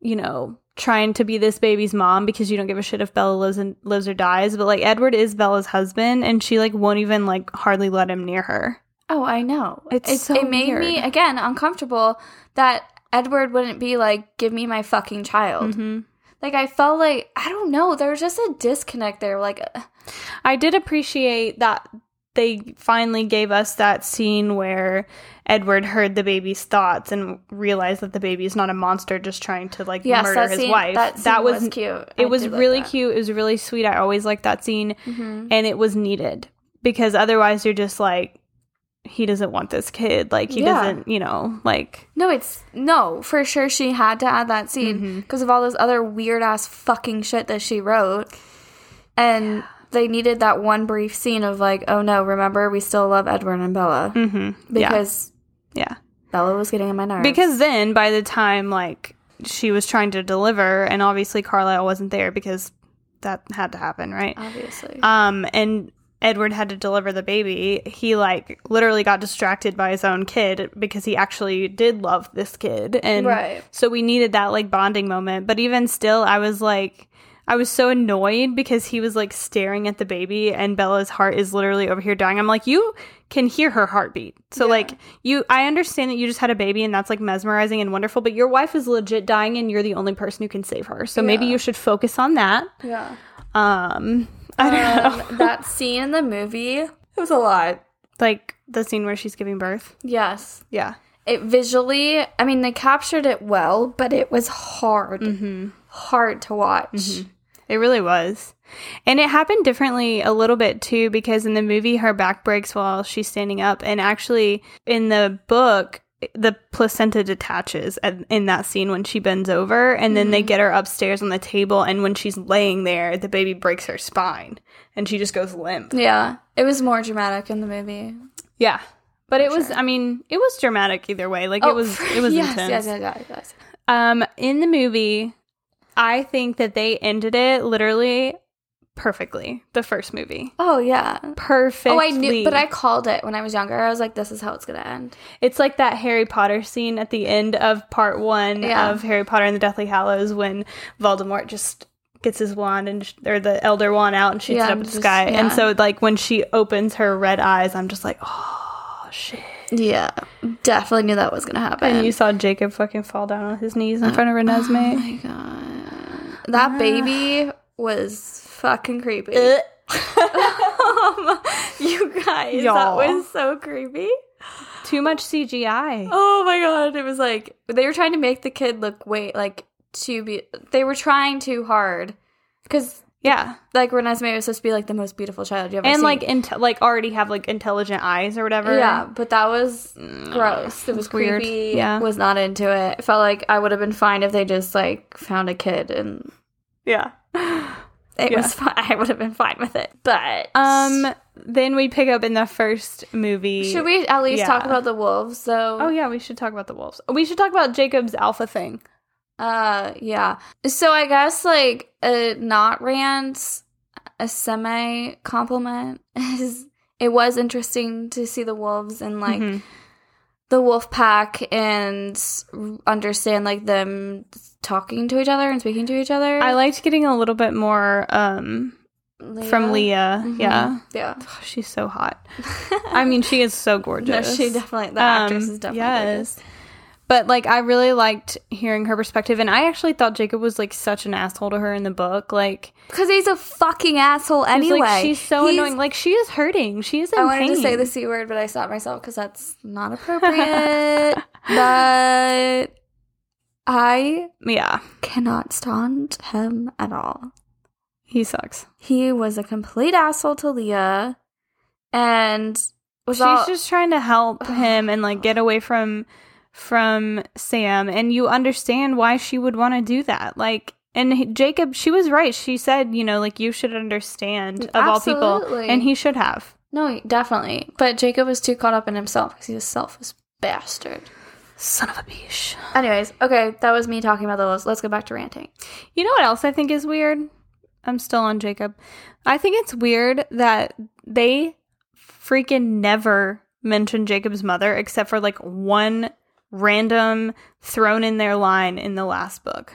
you know, trying to be this baby's mom because you don't give a shit if Bella lives and lives or dies, but like Edward is Bella's husband and she like won't even like hardly let him near her. Oh, I know. It's it, so it made me weird. again uncomfortable that Edward wouldn't be like, "Give me my fucking child." Mhm. Like I felt like I don't know. There was just a disconnect there. Like uh, I did appreciate that they finally gave us that scene where Edward heard the baby's thoughts and realized that the baby's not a monster just trying to like Yes, murder that his scene- wife. that scene was cute. It I was did like really that. Mm-hmm. cute. It was really sweet. I always liked that scene and it was needed because otherwise you're just like he doesn't want this kid. Like he Yeah. doesn't, you know, like No, it's no for sure. She had to add that Mm-hmm. scene because of all those other weird ass fucking shit that she wrote, and they needed that one brief scene of like, oh no, remember we still love Edward and Bella mhm. yeah. because Yeah. Bella was getting on my nerves. Because then by the time like she was trying to deliver and obviously Carlisle wasn't there because that had to happen, right? obviously, Um and Edward had to deliver the baby. He like literally got distracted by his own kid because he actually did love this kid and Right. so we needed that like bonding moment. But even still I was like I was so annoyed because he was like staring at the baby and Bella's heart is literally over here dying. I'm like, you can hear her heartbeat. So like you I understand that you just had a baby and that's like mesmerizing and wonderful, but your wife is legit dying and you're the only person who can save her. So maybe you should focus on that. yeah. Um I don't know. Um, that scene in the movie it was a lot. like the scene where she's giving birth. Yes, Yeah. it visually. I mean, they captured it well, but it was hard, Mm-hmm. hard to watch. It really was. And it happened differently a little bit too because in the movie her back breaks while she's standing up and actually in the book the placenta detaches at, in that scene when she bends over and then Mm. they get her upstairs on the table and when she's laying there the baby breaks her spine and she just goes limp. Yeah, it was more dramatic in the movie. Yeah. But it was I mean it was dramatic either way. Like it was it was Oh, yes, intense. Yes, yes, yes, yes. Um, in the movie, I think that they ended it literally perfectly. The first movie, Oh yeah. perfectly. Oh, I knew, but I called it when I was younger. I was like, "This is how it's gonna end." It's like that Harry Potter scene at the end of part one Yeah. of Harry Potter and the Deathly Hallows when Voldemort just gets his wand and sh- or the Elder wand out and shoots Yeah, it up and at the just- sky. yeah. And so, like when she opens her red eyes, I'm just like, oh shit. Yeah, definitely knew that was gonna happen. And you saw Jacob fucking fall down on his knees in front of Renesmee. Uh, oh my god, that baby was fucking creepy. Uh. Um, you guys, Y'all. that was so creepy. Too much CGI. Oh my god, it was like they were trying to make the kid look wait like too be. They were trying too hard because Yeah. like Renesmee was supposed to be like the most beautiful child you ever and seen. like inte- like already have like intelligent eyes or whatever. Mm, Yeah, but that was gross. It was weird. creepy. Yeah. was not into it. Felt like I would have been fine if they just like found a kid and yeah. it Yeah. was fine. I would have been fine with it. But Um. Then we pick up in the first movie. should we at least talk yeah. about the wolves? though? Oh yeah, we should talk about the wolves. We should talk about Jacob's alpha thing. Uh, yeah. So I guess like a not rant, a semi compliment is it was interesting to see the wolves and like Mhm. the wolf pack and understand like them talking to each other and speaking to each other. I liked getting a little bit more um from Leah. Mhm. Yeah, Yeah. Oh, she's so hot. I mean, she is so gorgeous. No, she definitely the Um, actress is definitely yes. yes. But like, I really liked hearing her perspective, and I actually thought Jacob was like such an asshole to her in the book. Like, Because he's a fucking asshole it's anyway. like, she's so He's- annoying. Like, she is hurting. She is in I wanted pain. to say the c word, but I stopped myself because that's not appropriate. but I Yeah, cannot stand him at all. he sucks. He was a complete asshole to Leah, and was She's all- just trying to help him and like get away from from Sam and you understand why she would want to do that. Like and he- Jacob, she was right. She said, you know, like you should understand of all people Absolutely. and he should have. no, definitely. But Jacob was too caught up in himself because he's a selfish bastard. Son of a bitch. Anyways, okay, that was me talking about the list. Let's go back to ranting. You know what else I think is weird? I'm still on Jacob. I think it's weird that they freaking never mention Jacob's mother except for like one random thrown in their line in the last book.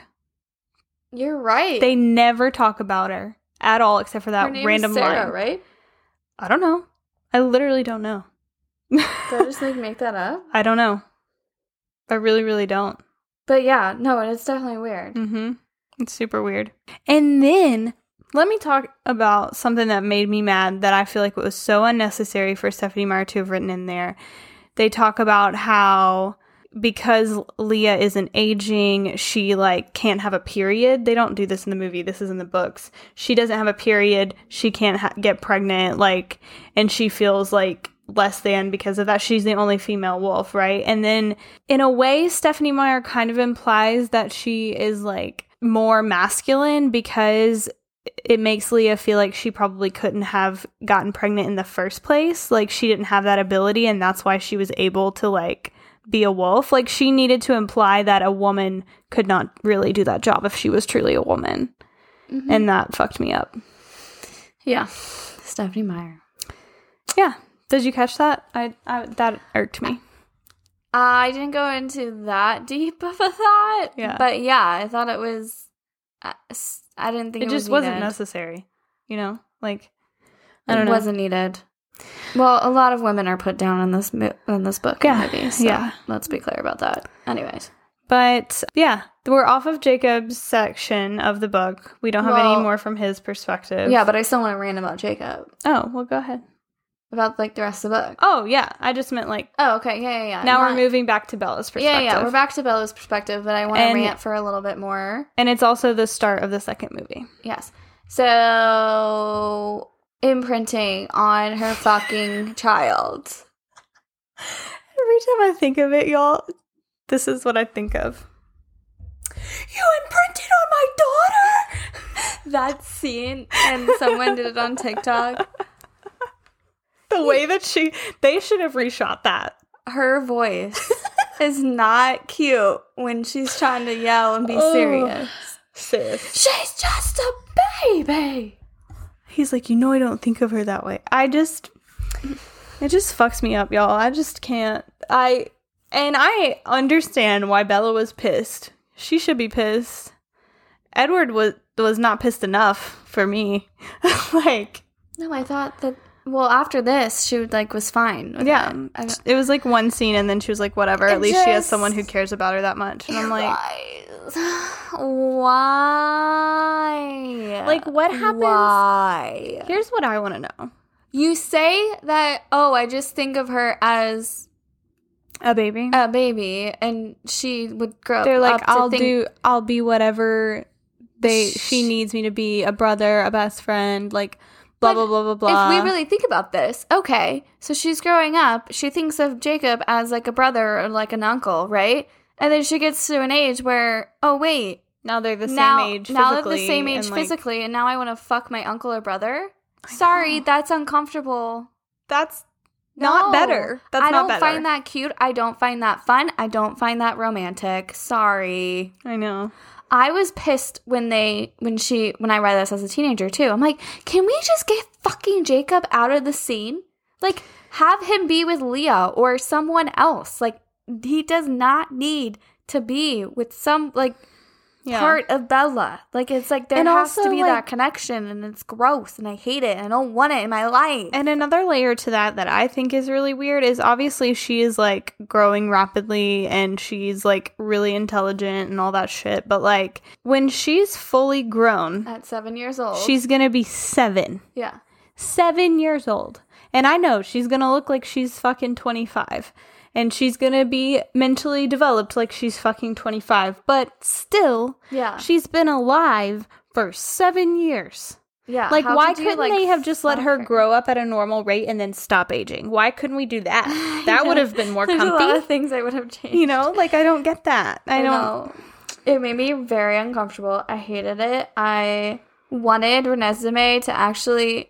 You're right. They never talk about her at all except for that random line. right? I don't know. I literally don't know. Did I just like make that up? I don't know. I really, really don't. But yeah, no, it's definitely weird. Mm-hmm. It's super weird. And then Let me talk about something that made me mad that I feel like it was so unnecessary for Stephanie Meyer to have written in there. They talk about how because Leah isn't aging, she like can't have a period. They don't do this in the movie. This is in the books. She doesn't have a period. She can't ha- get pregnant like and she feels like less than because of that. She's the only female wolf, right? And then in a way Stephanie Meyer kind of implies that she is like more masculine because it makes Leah feel like she probably couldn't have gotten pregnant in the first place. Like she didn't have that ability and that's why she was able to like be a wolf. Like she needed to imply that a woman could not really do that job if she was truly a woman. Mhm. And that fucked me up. yeah, Stephanie Meyer. Yeah. Did you catch that? I, I that irked me. I didn't go into that deep of a thought. Yeah. But yeah, I thought it was. I, s- I didn't think It it, just was wasn't needed. necessary. You know? Like I don't it know. wasn't needed. Well, a lot of women are put down in this mo- in this book. Yeah, and movie, so yeah. Let's be clear about that. Anyways, But yeah, we're off of Jacob's section of the book. We don't have any Well- more from his perspective. yeah, but I still want to rant about Jacob Oh, well go ahead. about like the rest of the book. Oh yeah. I just meant like Oh, okay, yeah, yeah. yeah. now Not- we're moving back to Bella's Yeah, perspective. yeah. We're back to Bella's perspective, but I want to And- rant for a little bit more. And it's also the start of the second movie. Yes. So imprinting on her fucking child. Every time I think of it, y'all, this is what I think of. You imprinted on my daughter? That scene and someone did it on TikTok. The way that she, they should have reshot that. Her voice is not cute when she's trying to yell and be Oh. serious. Sis. She's just a baby. He's like, you know, I don't think of her that way. I just, it just fucks me up, y'all. I just can't. I, and I understand why Bella was pissed. She should be pissed. Edward was was not pissed enough for me. like, No, I thought that well, after this she would like was fine. with Yeah. it. I It was like one scene, and then she was like, "Whatever." At It least she has just- someone who cares about her that much. And I'm like, Guys, why? Like, what happens- Why? "Here's what I want to know: You say that, oh, I just think of her as a baby." a baby, and she would grow They're up like, to "I'll think- do. I'll be whatever they. She Sh- needs me to be a brother, a best friend. Like, blah blah But blah blah blah." If we really think about this, okay, so she's growing up, she thinks of Jacob as like a brother or like an uncle, right? And then she gets to an age where, oh, wait, now they're the same now, age. now they're the physically, same age and, like, physically, and now I want to fuck my uncle or brother. Sorry, that's uncomfortable. That's not No. better. That's I not don't better. find that cute. I don't find that fun. I don't find that romantic. Sorry. I know. I was pissed when they when she when I read this as a teenager too. I'm like, can we just get fucking Jacob out of the scene? Like, have him be with Leah or someone else. Like, he does not need to be with some like Yeah. part of Bella. Like, it's like there And has also, to be like- that connection, and it's gross, and I hate it, and I don't want it in my life. And another layer to that that I think is really weird is obviously she is like growing rapidly and she's like really intelligent and all that shit. But like when she's fully grown, At seven years old, she's gonna be seven. yeah. Seven years old. And I know she's gonna look like she's fucking 25. And she's gonna be mentally developed like she's fucking 25. But still, Yeah. she's been alive for seven years. Yeah. Like, how why could you, could not like, they have just let fuck her grow up at a normal rate and then stop aging? Why couldn't we do that? That would have been more There's a lot of comfy. things I would have changed. You know, like I don't get that. I, I don't. know. It made me very uncomfortable. I hated it. I wanted Renesmee to actually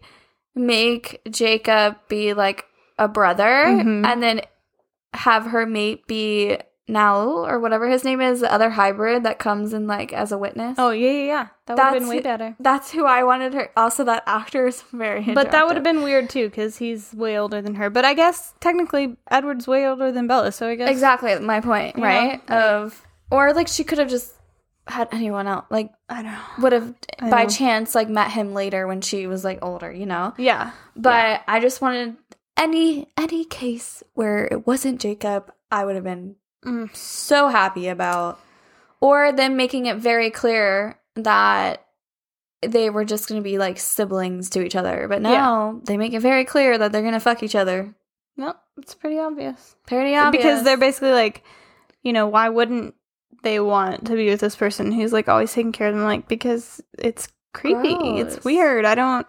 make Jacob be like a brother Mhm. and then have her mate be Nau or whatever his name is, the other hybrid that comes in like as a witness. Oh yeah, yeah, yeah. That would have been That's- way better. That's who I wanted her. Also, that actor is very. But that would have attractive. been weird too, because he's way older than her. But I guess technically Edward's way older than Bella, so I guess exactly my point, You know, right? like- of or like she could have just had anyone else, like I don't know. would have I by know. chance like met him later when she was like older, you know. Yeah, But I just wanted any any case where it wasn't Jacob, I would have been Mm. so happy about or them making it very clear that they were just going to be like siblings to each other. But now they make it very clear that they're going to fuck each other. Nope, it's pretty obvious. Pretty obvious. Because they're basically like, you know, why wouldn't they want to be with this person who's like always taking care of them? Like, because it's creepy. It's Gross. weird. I don't.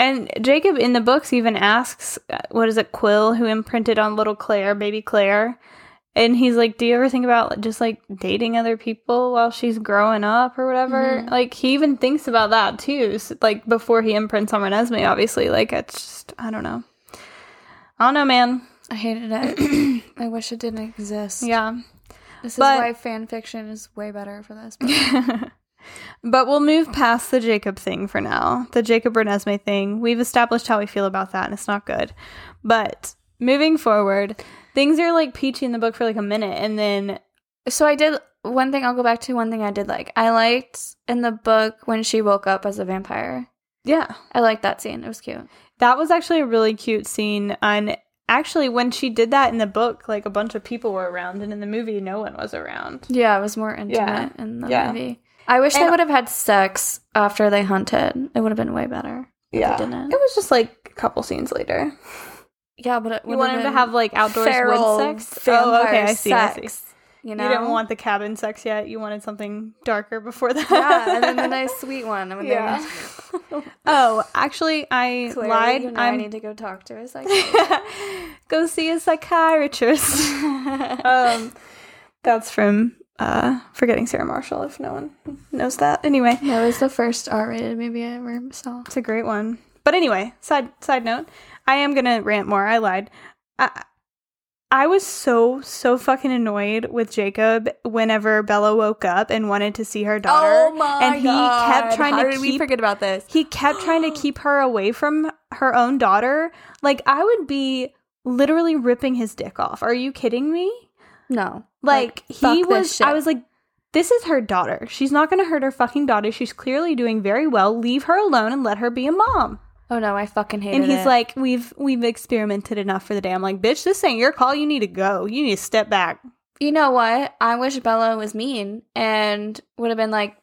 And Jacob in the books even asks, uh, what is it, Quill, who imprinted on little Claire, baby Claire? And he's like, do you ever think about just like dating other people while she's growing up or whatever? Mhm. Like, he even thinks about that too. s like, before he imprints on Renesmee, obviously. Like, it's just, I don't know. I don't know, man. I hated it. I wish it didn't exist. Yeah. This is But- why fan fiction is way better for this. but we'll move past the Jacob thing for now. The Jacob Bernesme thing. We've established how we feel about that and it's not good. But moving forward, things are like peachy in the book for like a minute and then So I did one thing I'll go back to one thing I did like. I liked in the book when she woke up as a vampire. yeah. I liked that scene. It was cute. That was actually a really cute scene and actually when she did that in the book like a bunch of people were around and in the movie no one was around. Yeah, it was more intimate in the Yeah. movie. I wish they And- would have had sex after they hunted. It would have been way better. if They It didn't. was just like a couple scenes later. Yeah, but it You would wanted to have like outdoors feral wood sex? Oh, vampire I see, I see. sex, You know, You didn't want the cabin sex yet. You wanted something darker before that. yeah, and then the nice sweet one. I mean, Yeah. they're- oh, actually, I Clearly, lied. You know i I'm need to go talk to a sex. go see a psychiatrist. um, that's from uh, Forgetting Sarah Marshall. If no one knows that, anyway, That was the first R-rated movie I ever saw. it's a great one. But anyway, side side note, I am gonna rant more. I lied. I I was so so fucking annoyed with Jacob whenever Bella woke up and wanted to see her Oh daughter, and he kept trying How to keep did we forget about this? He kept trying to keep her away from her own daughter. Like I would be literally ripping his dick off. Are you kidding me? No, Like, fuck he this was shit. I was like this is her daughter. She's not going to hurt her fucking daughter. She's clearly doing very well. Leave her alone and let her be a mom. oh no, I fucking hated And he's it. like, "We've we've experimented enough for the day." I'm like, "Bitch, this ain't your call. You need to go. You need to step back." you know what? I wish Bella was mean and would have been like,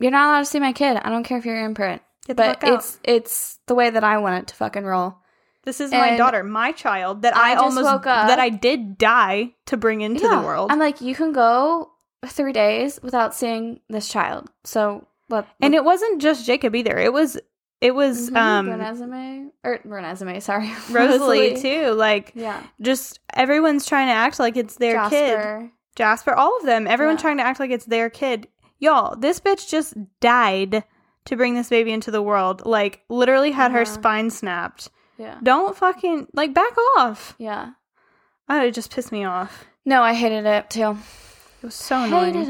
"You're not allowed to see my kid. I don't care if you're imprint." Get the But fuck out. it's it's the way that I want it to fucking roll. this is my and daughter, my child that I I, just almost woke up- that I did die to bring into Yeah. the world. I'm like, you can go three days without seeing this child. So let, and it wasn't just Jacob either. It was it was Mhm, um Renesmee or Renesmee, sorry, Rosalie too. Like Yeah, just everyone's trying to act like it's their kid. Jasper. Jasper, all of them. Everyone's Yeah. trying to act like it's their kid. Y'all, this bitch just died to bring this baby into the world. Like literally had her Uh-huh. spine snapped. Yeah, Don't fucking like back off. yeah. Oh, it just pissed me off. No, I hated it too. It was Oh, so annoying. Hated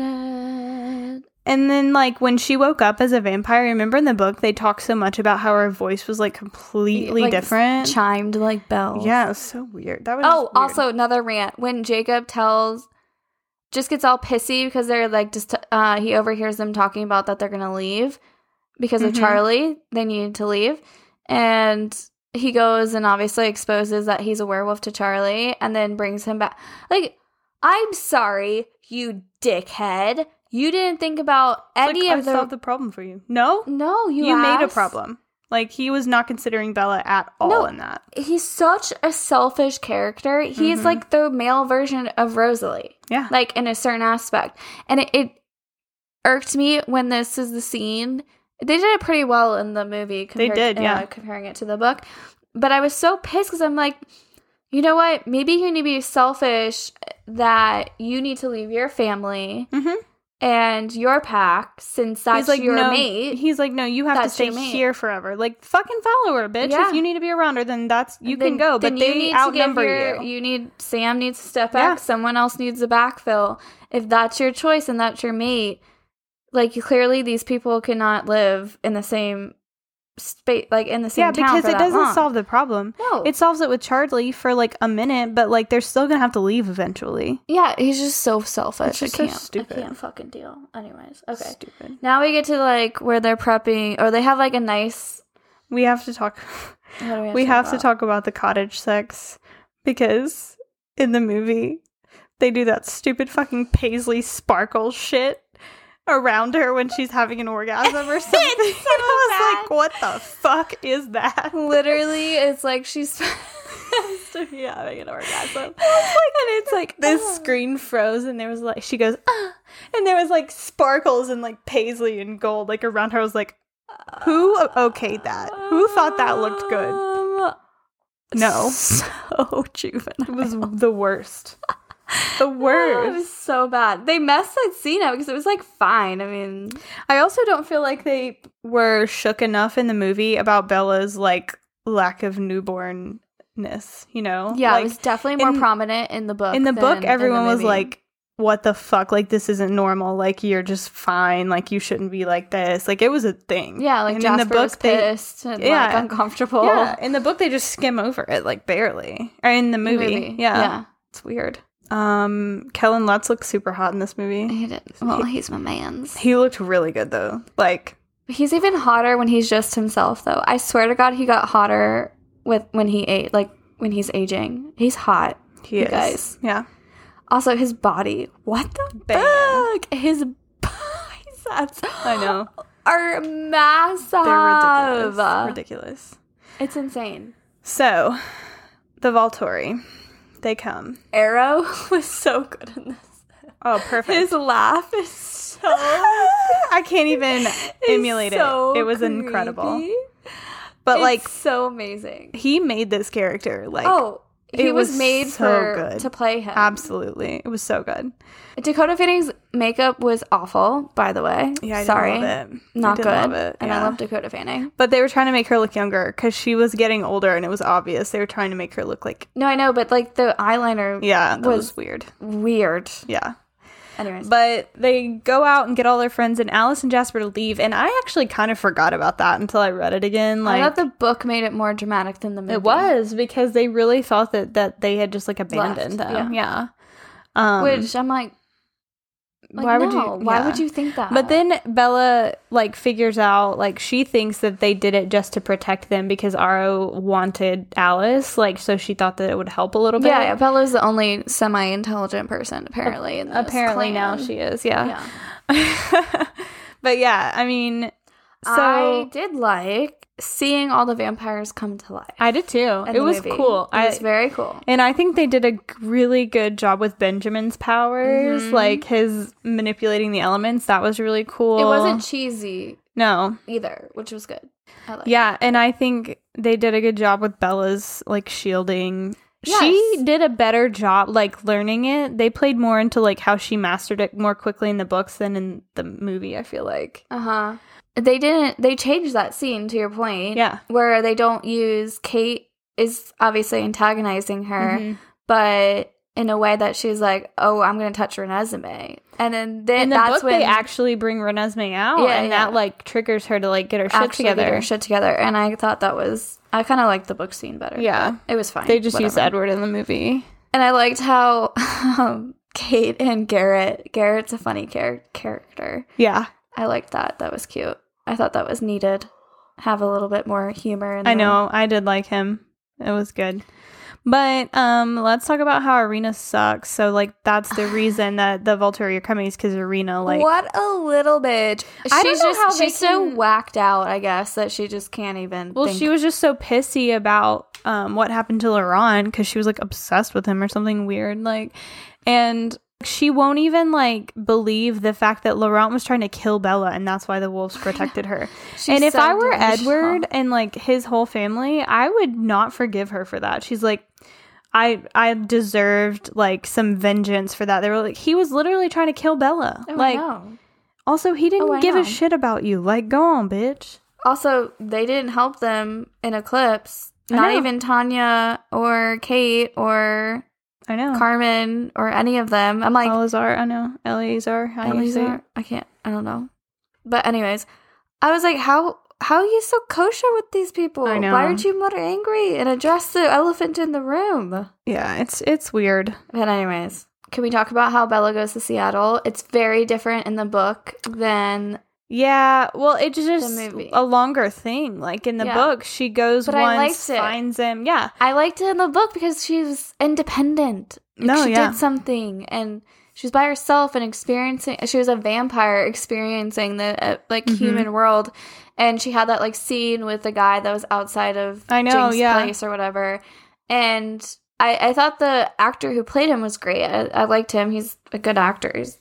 it. And then, like, when she woke up as a vampire, remember in the book, they talk so much about how her voice was like completely Like, different. Chimed like bells. Yeah, it was so weird. That was just Oh, weird. also another rant when Jacob tells, just gets all pissy because they're like just uh, he overhears them talking about that they're gonna leave because of Mhm. Charlie. They needed to leave, and he goes and obviously exposes that he's a werewolf to Charlie, and then brings him back. Like, I'm sorry, you dickhead. You didn't think about It's like, any I of the. solved the problem for you. No, no, you you, made a ass. problem. Like he was not considering Bella at all No. in that. He's such a selfish character. He's Mhm. like the male version of Rosalie. Yeah, like in a certain aspect. And it, it irked me when this is the scene. They did it pretty well in the movie. Compared uh, did, yeah. comparing it to the book, but I was so pissed because I'm like, you know what? Maybe you need to be selfish that you need to leave your family Mhm. and your pack since that's your no. mate. He's like, no, you have That's to your stay mate. here forever. Like fucking follow her, bitch. Yeah. If you need to be around her, then that's you can Then- go. then But they need to give outnumber your- you. You need Sam needs to step back. Yeah. Someone else needs a backfill. If that's your choice and that's your mate, like you- clearly these people cannot live in the same space, like in the same Yeah, town because for it that doesn't long. solve the problem. No, It solves it with Charlie for like a minute, but like they're still gonna have to leave eventually. yeah, he's just so selfish. It's just so I can't, stupid. I can't fucking deal. Anyways, okay. Stupid. Now we get to like where they're prepping, or they have like a nice. We have to talk. What do we have, We to, have talk to about? talk about the cottage sex because in the movie they do that stupid fucking paisley sparkle shit. around her when she's having an orgasm or something. and I was bad. like, what the fuck is that? Literally, it's like she's yeah, having an orgasm. and it's like This screen froze and there was like she goes, ah, and there was like sparkles and like paisley and gold like around her. I was like, who okayed that? Who thought that looked good? Um, No. Oh, so juvenile. It was the worst. The It worst. was so bad. They messed that scene up because it was like fine. I mean, I also don't feel like they were shook enough in the movie about Bella's like lack of newbornness, you know? yeah, Like, it was definitely more in- prominent in the book. in the than book in the everyone was movie. like what the fuck like this isn't normal like you're just fine like you shouldn't be like this like it was a thing yeah, like And Jasper was they pissed and like yeah. uncomfortable. yeah in the book they just skim over it like barely or in the movie, Yeah. it's weird um Kellen Lutz looks super hot in this yeah, movie he did. Well, he's my man's. he looked really good though like He's even hotter when he's just himself, though. I swear to God, he got hotter with when he ate, like when he's aging. He's hot. he You is guys. yeah Also, his body. What the Bang. fuck? His biceps. I know Are massive. they're ridiculous ridiculous It's insane. so the Volturi they come Arrow was so good in this. oh perfect His laugh is so I can't even is emulate so it. It was incredible. creepy. But It's like so amazing. he made this character like Oh, he it was, was made so for good. Um, to play him. absolutely. It was so good. Dakota Fanning's makeup was awful, by the way. Yeah, I sorry, did love it. I not did good. love it, And yeah. I love Dakota Fanning. But they were trying to make her look younger because she was getting older, and it was obvious they were trying to make her look like No, I know, but like the eyeliner, yeah, that was, Was- weird. weird. Yeah, Anyways, but they go out and get all their friends, and Alice and Jasper leave. And I actually kind of forgot about that until I read it again. Like I thought the book made it more dramatic than the movie. It was because they really thought that that they had just like abandoned Left, them. Yeah. Um, which I'm like, like, why would no, you? Why yeah. would you think that? But then Bella like figures out like she thinks that they did it just to protect them because Aro wanted Alice like so she thought that it would help a little bit. yeah, Bella's the only semi-intelligent person apparently. in this apparently clan. now she is. Yeah. Yeah. but yeah, I mean, so I did like seeing all the vampires come to life. I, did too. in It the was movie. cool. It I was very cool. and I think they did a g- really good job with Benjamin's powers, Mhm. like his manipulating the elements. That was really cool. It wasn't cheesy no. either, which was good. I liked Yeah, and I think they did a good job with Bella's like shielding. She Yes. did a better job like learning it. They played more into like how she mastered it more quickly in the books than in the movie, I feel like. Uh huh. They didn't. They changed that scene to your point. Yeah. Where they don't use Kate is obviously antagonizing her, Mm-hmm. but in a way that she's like, "Oh, I'm going to touch Renesmee," and then then In the that's book when they actually bring Renesmee out Yeah, and yeah. that like triggers her to like get her shit actually get together. her shit together. And I thought that was I kind of liked the book scene better. Yeah. but it was fine. They just used whatever. Edward in the movie. And I liked how um, Kate and Garrett. Garrett's a funny char- character. Yeah. I liked that. That was cute. I thought that was needed. Have a little bit more humor. In I there. know. I did like him. It was good. But um let's talk about how Arena sucks. So like that's the reason that the Volturi are coming is because Arena like what a little bitch. She's I don't know just how they she's so can- whacked out, I guess, that she just can't even Well, think. she was just so pissy about um, what happened to Laron because she was like obsessed with him or something weird, like, and she won't even like believe the fact that Laurent was trying to kill Bella and that's why the wolves protected her. She's and if so I were delusional. Edward and like his whole family, I would not forgive her for that. She's like. I I deserved like some vengeance for that. They were like he was literally trying to kill Bella. Oh, I like know. also he didn't Oh, I give a know. shit about you. Like go on, bitch. Also, they didn't help them in Eclipse. I Not know. even Tanya or Kate or I know. Carmen or any of them. I'm like, Eleazar, I know. Eleazar, how do Oh, you say it? Eleazar? I can't. I don't know. But anyways, I was like, how how are you so kosher with these people? I know. Why aren't you more angry and address the elephant in the room? Yeah, it's it's weird. But anyways, can we talk about how Bella goes to Seattle? It's very different in the book than Yeah, well, it's just movie. a longer thing. Like in the Yeah. book, she goes But I once, liked it. finds him. Yeah, I liked it in the book because she was independent. Like, No, she yeah. did something and she was by herself and experiencing she was a vampire experiencing the uh, like Mhm. human world and she had that like scene with the guy that was outside of I know, Jake's yeah. place or whatever and I, I thought the actor who played him was great. I, I liked him. He's a good actor. He's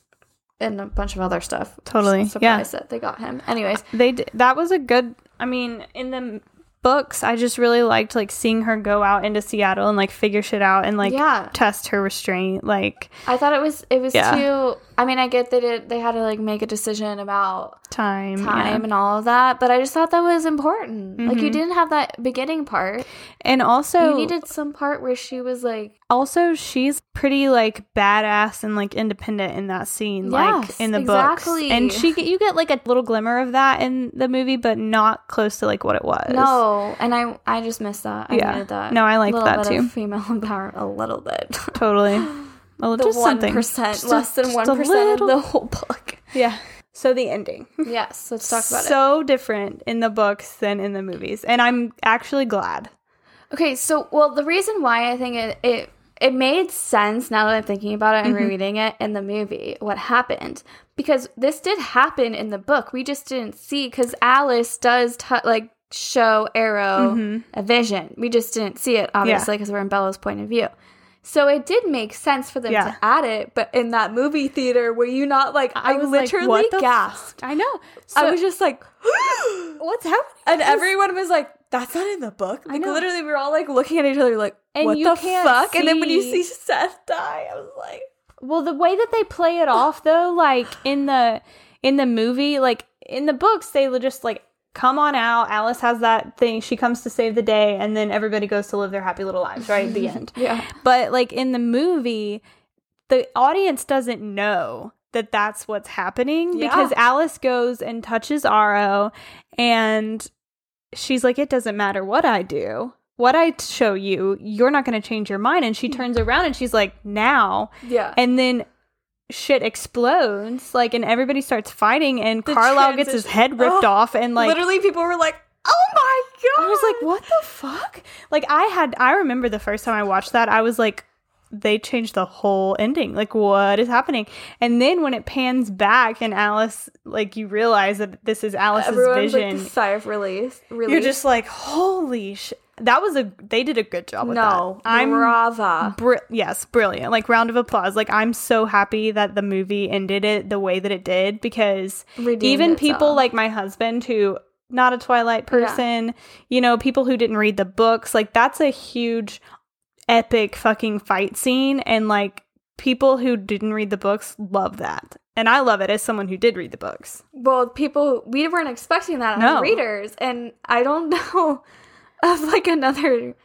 in a bunch of other stuff. Totally, Just surprised that they got him. Anyways, they d- that was a good i mean in the m- books i just really liked like seeing her go out into seattle and like figure shit out and like yeah, test her restraint like I thought it was it was Yeah. too. I mean, I get that it, they had to like make a decision about time, time yeah. and all of that, but I just thought that was important. Like you Mhm. didn't have that beginning part. and also you needed some part where she was like, also she's pretty like badass and like independent in that scene Yes, like in the exactly. books and she get you get like a little glimmer of that in the movie but not close to like what it was no, and I I just missed that. I Yeah. needed that. No, I liked little that bit of too. Female empowerment, a little bit. totally well the just one something percent, Just a- less than just a one percent of little- the whole book. yeah so the ending Yes, let's talk about it. so different in the books than in the movies and i'm actually glad Okay, so well, the reason why I think it it, it made sense now that I'm thinking about it and rereading it in the movie, what happened because this did happen in the book. We just didn't see because Alice does t- like show Arrow a vision. We just didn't see it obviously because we're in Bella's point of view. So it did make sense for them Yeah. to add it, but in that movie theater, were you not like? I, was like, literally what the gasped. i know I Uh, was just like, what's happening and everyone was like, "That's not in the book." Like, know. literally, we were all like looking at each other, like, And "What you the can't fuck?" And then when you see- see Seth die, I was like, well the way that they play it off though like in the in the movie like in the books they li- just like come on out alice has that thing she comes to save the day and then everybody goes to live their happy little lives right the end "Yeah, but like in the movie the audience doesn't know that that's what's happening Yeah. because alice goes and touches aro and she's like it doesn't matter what i do what i t- show you you're not going to change your mind and she turns around and she's like now yeah." and then shit explodes like and everybody starts fighting and carlisle gets his transition- head ripped Oh, off and like literally, people were like, "Oh my god!" I was like, what the fuck? Like, I had, I remember the first time I watched that, I was like, they changed the whole ending. Like, what is happening? And then when it pans back and Alice, like, you realize that this is Alice's Everyone's like, vision, the sigh of release. release. you're just like, holy shit. That was a, they did a good job with no, that. I'm, Brava. br- yes, brilliant. Like, round of applause. Like, I'm so happy that the movie ended it the way that it did because Redeemed even itself. people like my husband who not a twilight person you know people who didn't read the books like that's a huge epic fucking fight scene and like people who didn't read the books love that and i love it as someone who did read the books well, people we weren't expecting that as No. readers, and I don't know of like another.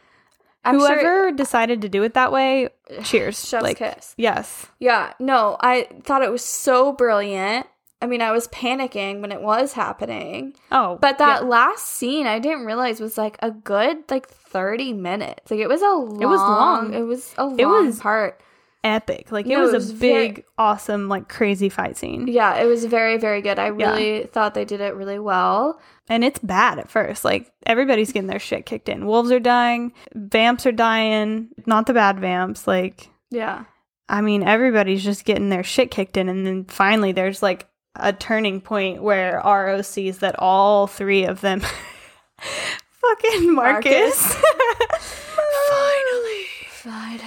I'm sure- whoever decided to do it that way cheers Chef's like kiss. yes Yeah, no, I thought it was so brilliant. I mean, I was panicking when it was happening. oh But that yeah. last scene, I didn't realize was like a good like 30 minutes. Like it was a long was long. It was a long It was- part. epic like No, it was it a was very- big awesome like crazy fight scene Yeah, it was very very good. I Yeah. really thought they did it really well. And it's bad at first. Like everybody's getting their shit kicked in. Wolves are dying, vamps are dying, not the bad vamps. Like, Yeah. I mean, everybody's just getting their shit kicked in. And then finally, there's like a turning point where RO sees that all three of them fucking Marcus. finally. Finally.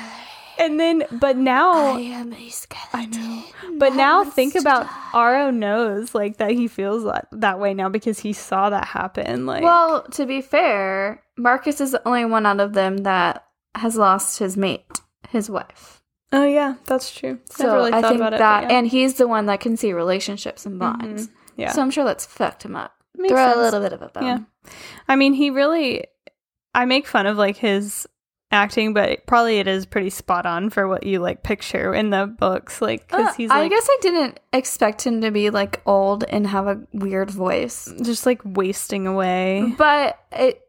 And then, but now. I am a skeleton. I know. But now think about Aro knows like that he feels that, that way now because he saw that happen. Like Well, to be fair, Marcus is the only one out of them that has lost his mate, his wife. Oh yeah, that's true. So I think that, and he's the one that can see relationships and bonds. Mm-hmm. yeah, So I'm sure that's fucked him up. Makes Throw sense. a little bit of a bone. Yeah. I mean, he really. I make fun of like his acting, but it- probably it is pretty spot on for what you like picture in the books, like because Uh, he's I like guess I didn't expect him to be like old and have a weird voice, just like wasting away. but it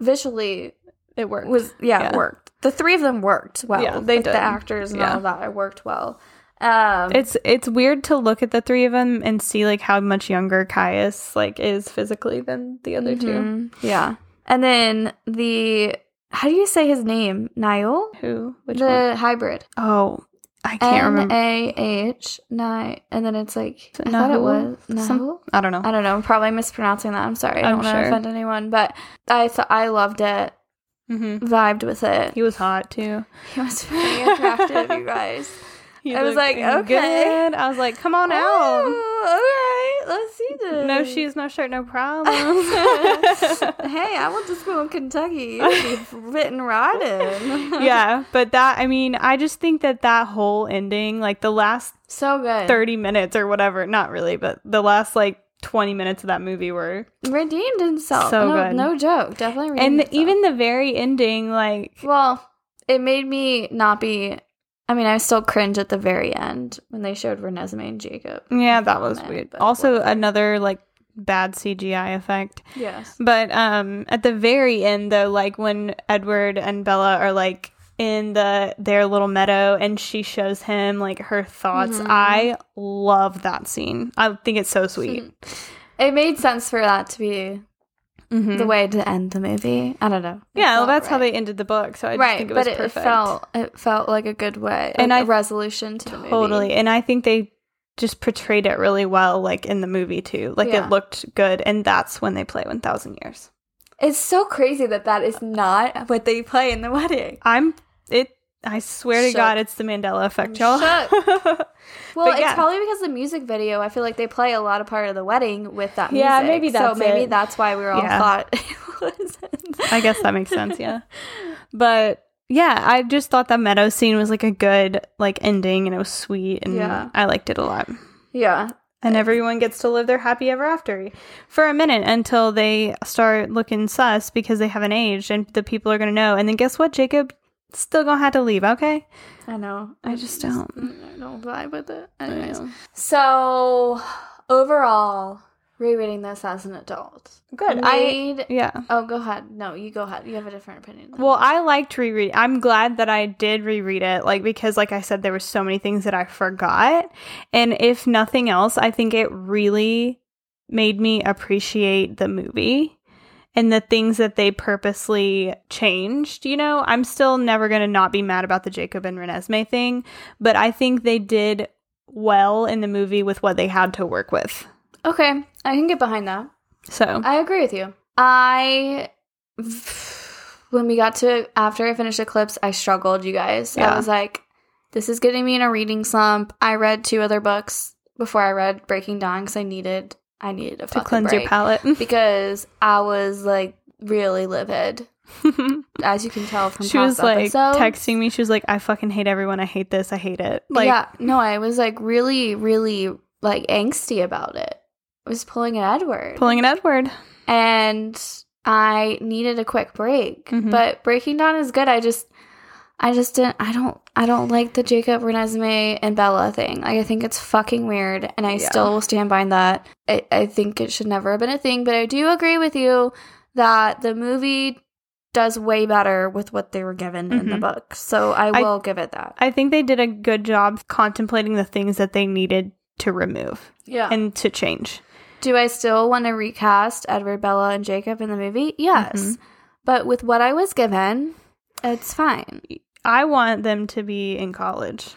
visually It works. was yeah, Mm, it Yeah. worked. The three of them worked well. Yeah, they Like, did. The actors and all Yeah. of that, it worked well. Um, it's it's weird to look at the three of them and see like how much younger Caius like is physically than the other two. Mhm. Yeah. And then the how do you say his name? Niall? Who? Which the one? hybrid. Oh, I can't remember. N A H nine, and then it's like I thought it Nahul? was Nahul. Some- I don't know. I don't know. I'm probably mispronouncing that. I'm sorry. I I'm don't want sure. to offend anyone, but I th- I loved it. hmm Vibed with it. He was hot too. He was very attractive, you guys. He I was looked like, okay. good. I was like, come on out. Oh, all right, let's see this. No shoes, no shirt, no problems. hey, I went to school in Kentucky. You'd be written rotten. yeah, but that I mean, I just think that that whole ending, like the last So good. 30 minutes or whatever, not really, but the last like 20 minutes of that movie were Redeemed himself. So no, good. no joke. Definitely redeemed and the- himself. even the very ending like Well, it made me not be. I mean, I still cringe at the very end when they showed Renesmee and Jacob. yeah, that was Vomit, weird. but Also whatever. another like bad CGI effect. yes. But um at the very end though, like when Edward and Bella are like in the their little meadow and she shows him like her thoughts. Mhm. I love that scene. I think it's so sweet. It made sense for that to be Mhm. the way to end the movie. I don't know. It yeah, well, Mm-hmm. felt that's how right. they ended the book. So I just right, think it was but it, it perfect. felt it felt like a good way And and I- a resolution to the totally, movie. and I think they just portrayed it really well, like in the movie too. Like Yeah. it looked good, and that's when they play One Thousand Years. It's so crazy that that is not what they play in the wedding. I'm it. I swear to Shook. God, it's the Mandela effect, y'all. I'm Well, But it's yeah. probably because the music video. I feel like they play a lot of part of the wedding with that. Yeah, music. maybe so. that's Maybe it. that's why we were all Yeah. thought it was. I guess that makes sense. Yeah, but yeah, I just thought that meadow scene was like a good like ending, and it was sweet, and Yeah. I liked it a lot. Yeah, And everyone gets to live their happy ever after for a minute until they start looking sus because they haven't aged and the people are going to know. And then guess what, Jacob? Still going to have to leave, okay? I know. I just don't. I don't vibe with it. Anyways, so overall, rereading this as an adult, Good. I, Need- yeah. oh, go ahead. No, you go ahead. You have a different opinion. than Well, me. I liked reread. I'm glad that I did reread it, like because, like I said, there were so many things that I forgot, and if nothing else, I think it really made me appreciate the movie and the things that they purposely changed. You know, I'm still never gonna not be mad about the Jacob and Renesmee thing, but I think they did well in the movie with what they had to work with. okay, I can get behind that. So I agree with you. I when we got to after I finished Eclipse, I struggled, you guys. Yeah. I was like, this is getting me in a reading slump. I read two other books before I read Breaking Dawn because I needed I needed to a fucking cleanse break your palate. because I was like really livid, as you can tell from she was past like episodes. texting me. She was like, "I fucking hate everyone. I hate this. I hate it." Like, yeah, no, I was like really, really like angsty about it. I was pulling at Edward. pulling an Edward. and I needed a quick break. Mhm. But Breaking Dawn is good. I just I just didn't I don't I don't like the Jacob Renesmee and Bella thing. Like I think it's fucking weird and I Yeah. still will stand behind that. I, I think it should never have been a thing, but I do agree with you that the movie does way better with what they were given in the Mhm. book. So Mm-hmm. I I- will give it that. I think they did a good job contemplating the things that they needed to remove Yeah. And and to change. do I still want to recast Edward Bella and Jacob in the movie? Yes. Mhm. But with what I was given, it's fine. I want them to be in college.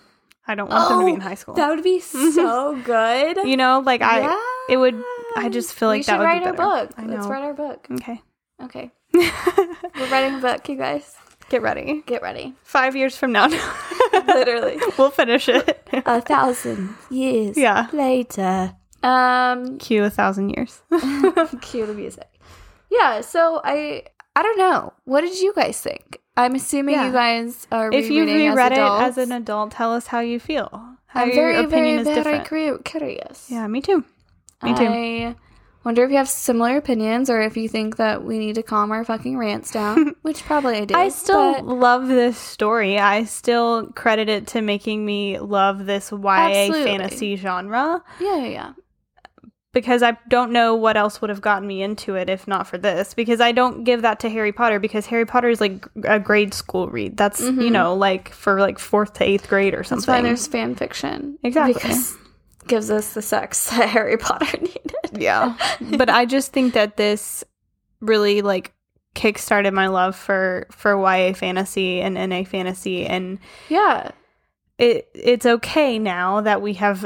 I don't want them to be in high school. Oh, That would be so good. you know, like Mhm. I. Yeah. it would- I just feel we like that should would write be our better. book. I Let's know. write our book. Okay, Okay, we're writing a book, you guys. get ready. Get ready. Five years from now, Literally we'll finish it. a thousand years Yeah. later. Um, Cue a thousand years. cue the music. Yeah. So I, I don't know. What did you guys think? I'm assuming Yeah. you guys are. if you rereading reread it adults. as an adult, tell us how you feel. How I'm your very, opinion very, is very different. curi- curious. yeah, me too. Me too. I wonder if you have similar opinions or if you think that we need to calm our fucking rants down, which probably I do. I still but love this story. I still credit it to making me love this YA Absolutely. fantasy genre yeah, yeah, yeah. because I don't know what else would have gotten me into it if not for this. Because I don't give that to Harry Potter because Harry Potter is like a grade school read. That's you Mhm. know like for like fourth to eighth grade or That's why something. there's fan fiction. Exactly. Because it gives us the sex that Harry Potter needed. yeah, but I just think that this really like kickstarted my love for for YA fantasy and NA fantasy and Yeah. it it's okay now that we have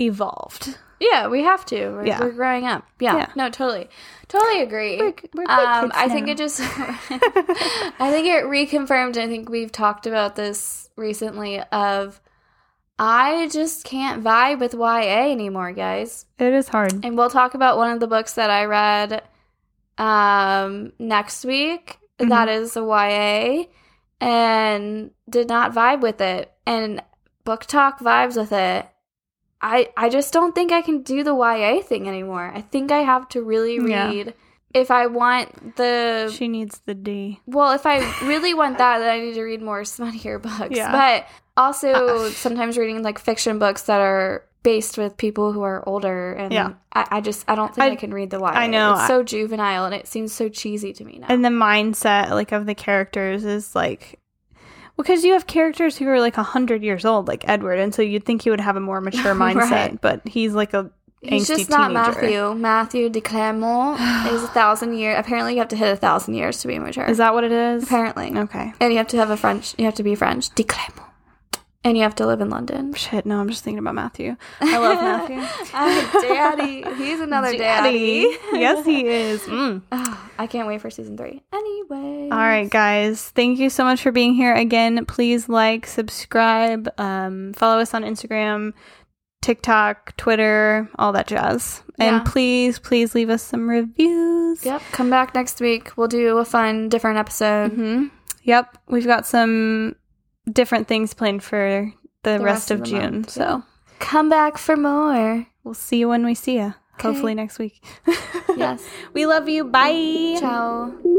evolved. Yeah, we have to. We're, Yeah. we're growing up. Yeah. Yeah. No, totally. Totally agree. We're- we're big um, kids I think now. it just I think it reconfirmed I think we've talked about this recently of I just can't vibe with YA anymore, guys. It is hard. And we'll talk about one of the books that I read um next week. Mhm. That is a YA and did not vibe with it. And book talk vibes with it. I I just don't think I can do the YA thing anymore. I think I have to really Yeah. read if I want the She needs the D. well, if I really want that, then I need to read more smuttier books. Yeah. But also Uh. sometimes reading like fiction books that are based with people who are older and Yeah. I, I just I don't think I, I- can read the YA. I know. It's so juvenile and it seems so cheesy to me now. And the mindset like of the characters is like because you have characters who are like 100 years old like Edward and so you'd think he would have a more mature mindset, Right. but he's like a He's angsty just not teenager. Matthew. Matthew de Clermont is a thousand year apparently you have to hit a thousand years to be mature. Is that what it is? apparently. Okay. And you have to have a French you have to be French. De Clermont. And you have to live in London. Shit, no, I'm just thinking about Matthew. I love Matthew. Oh, daddy. He's another daddy. yes, he is. Mm. Oh, I can't wait for season three. Anyway. All right, guys. Thank you so much for being here again. Please like, subscribe, um, follow us on Instagram, TikTok, Twitter, all that jazz. And Yeah. please, please leave us some reviews. Yep. Come back next week. We'll do a fun, different episode. hmm Yep. We've got some different things planned for the, rest, of, the June. month, So yeah. Come back for more. we'll see you when we see you. Hopefully next week. Yes. we love you. Bye. Ciao.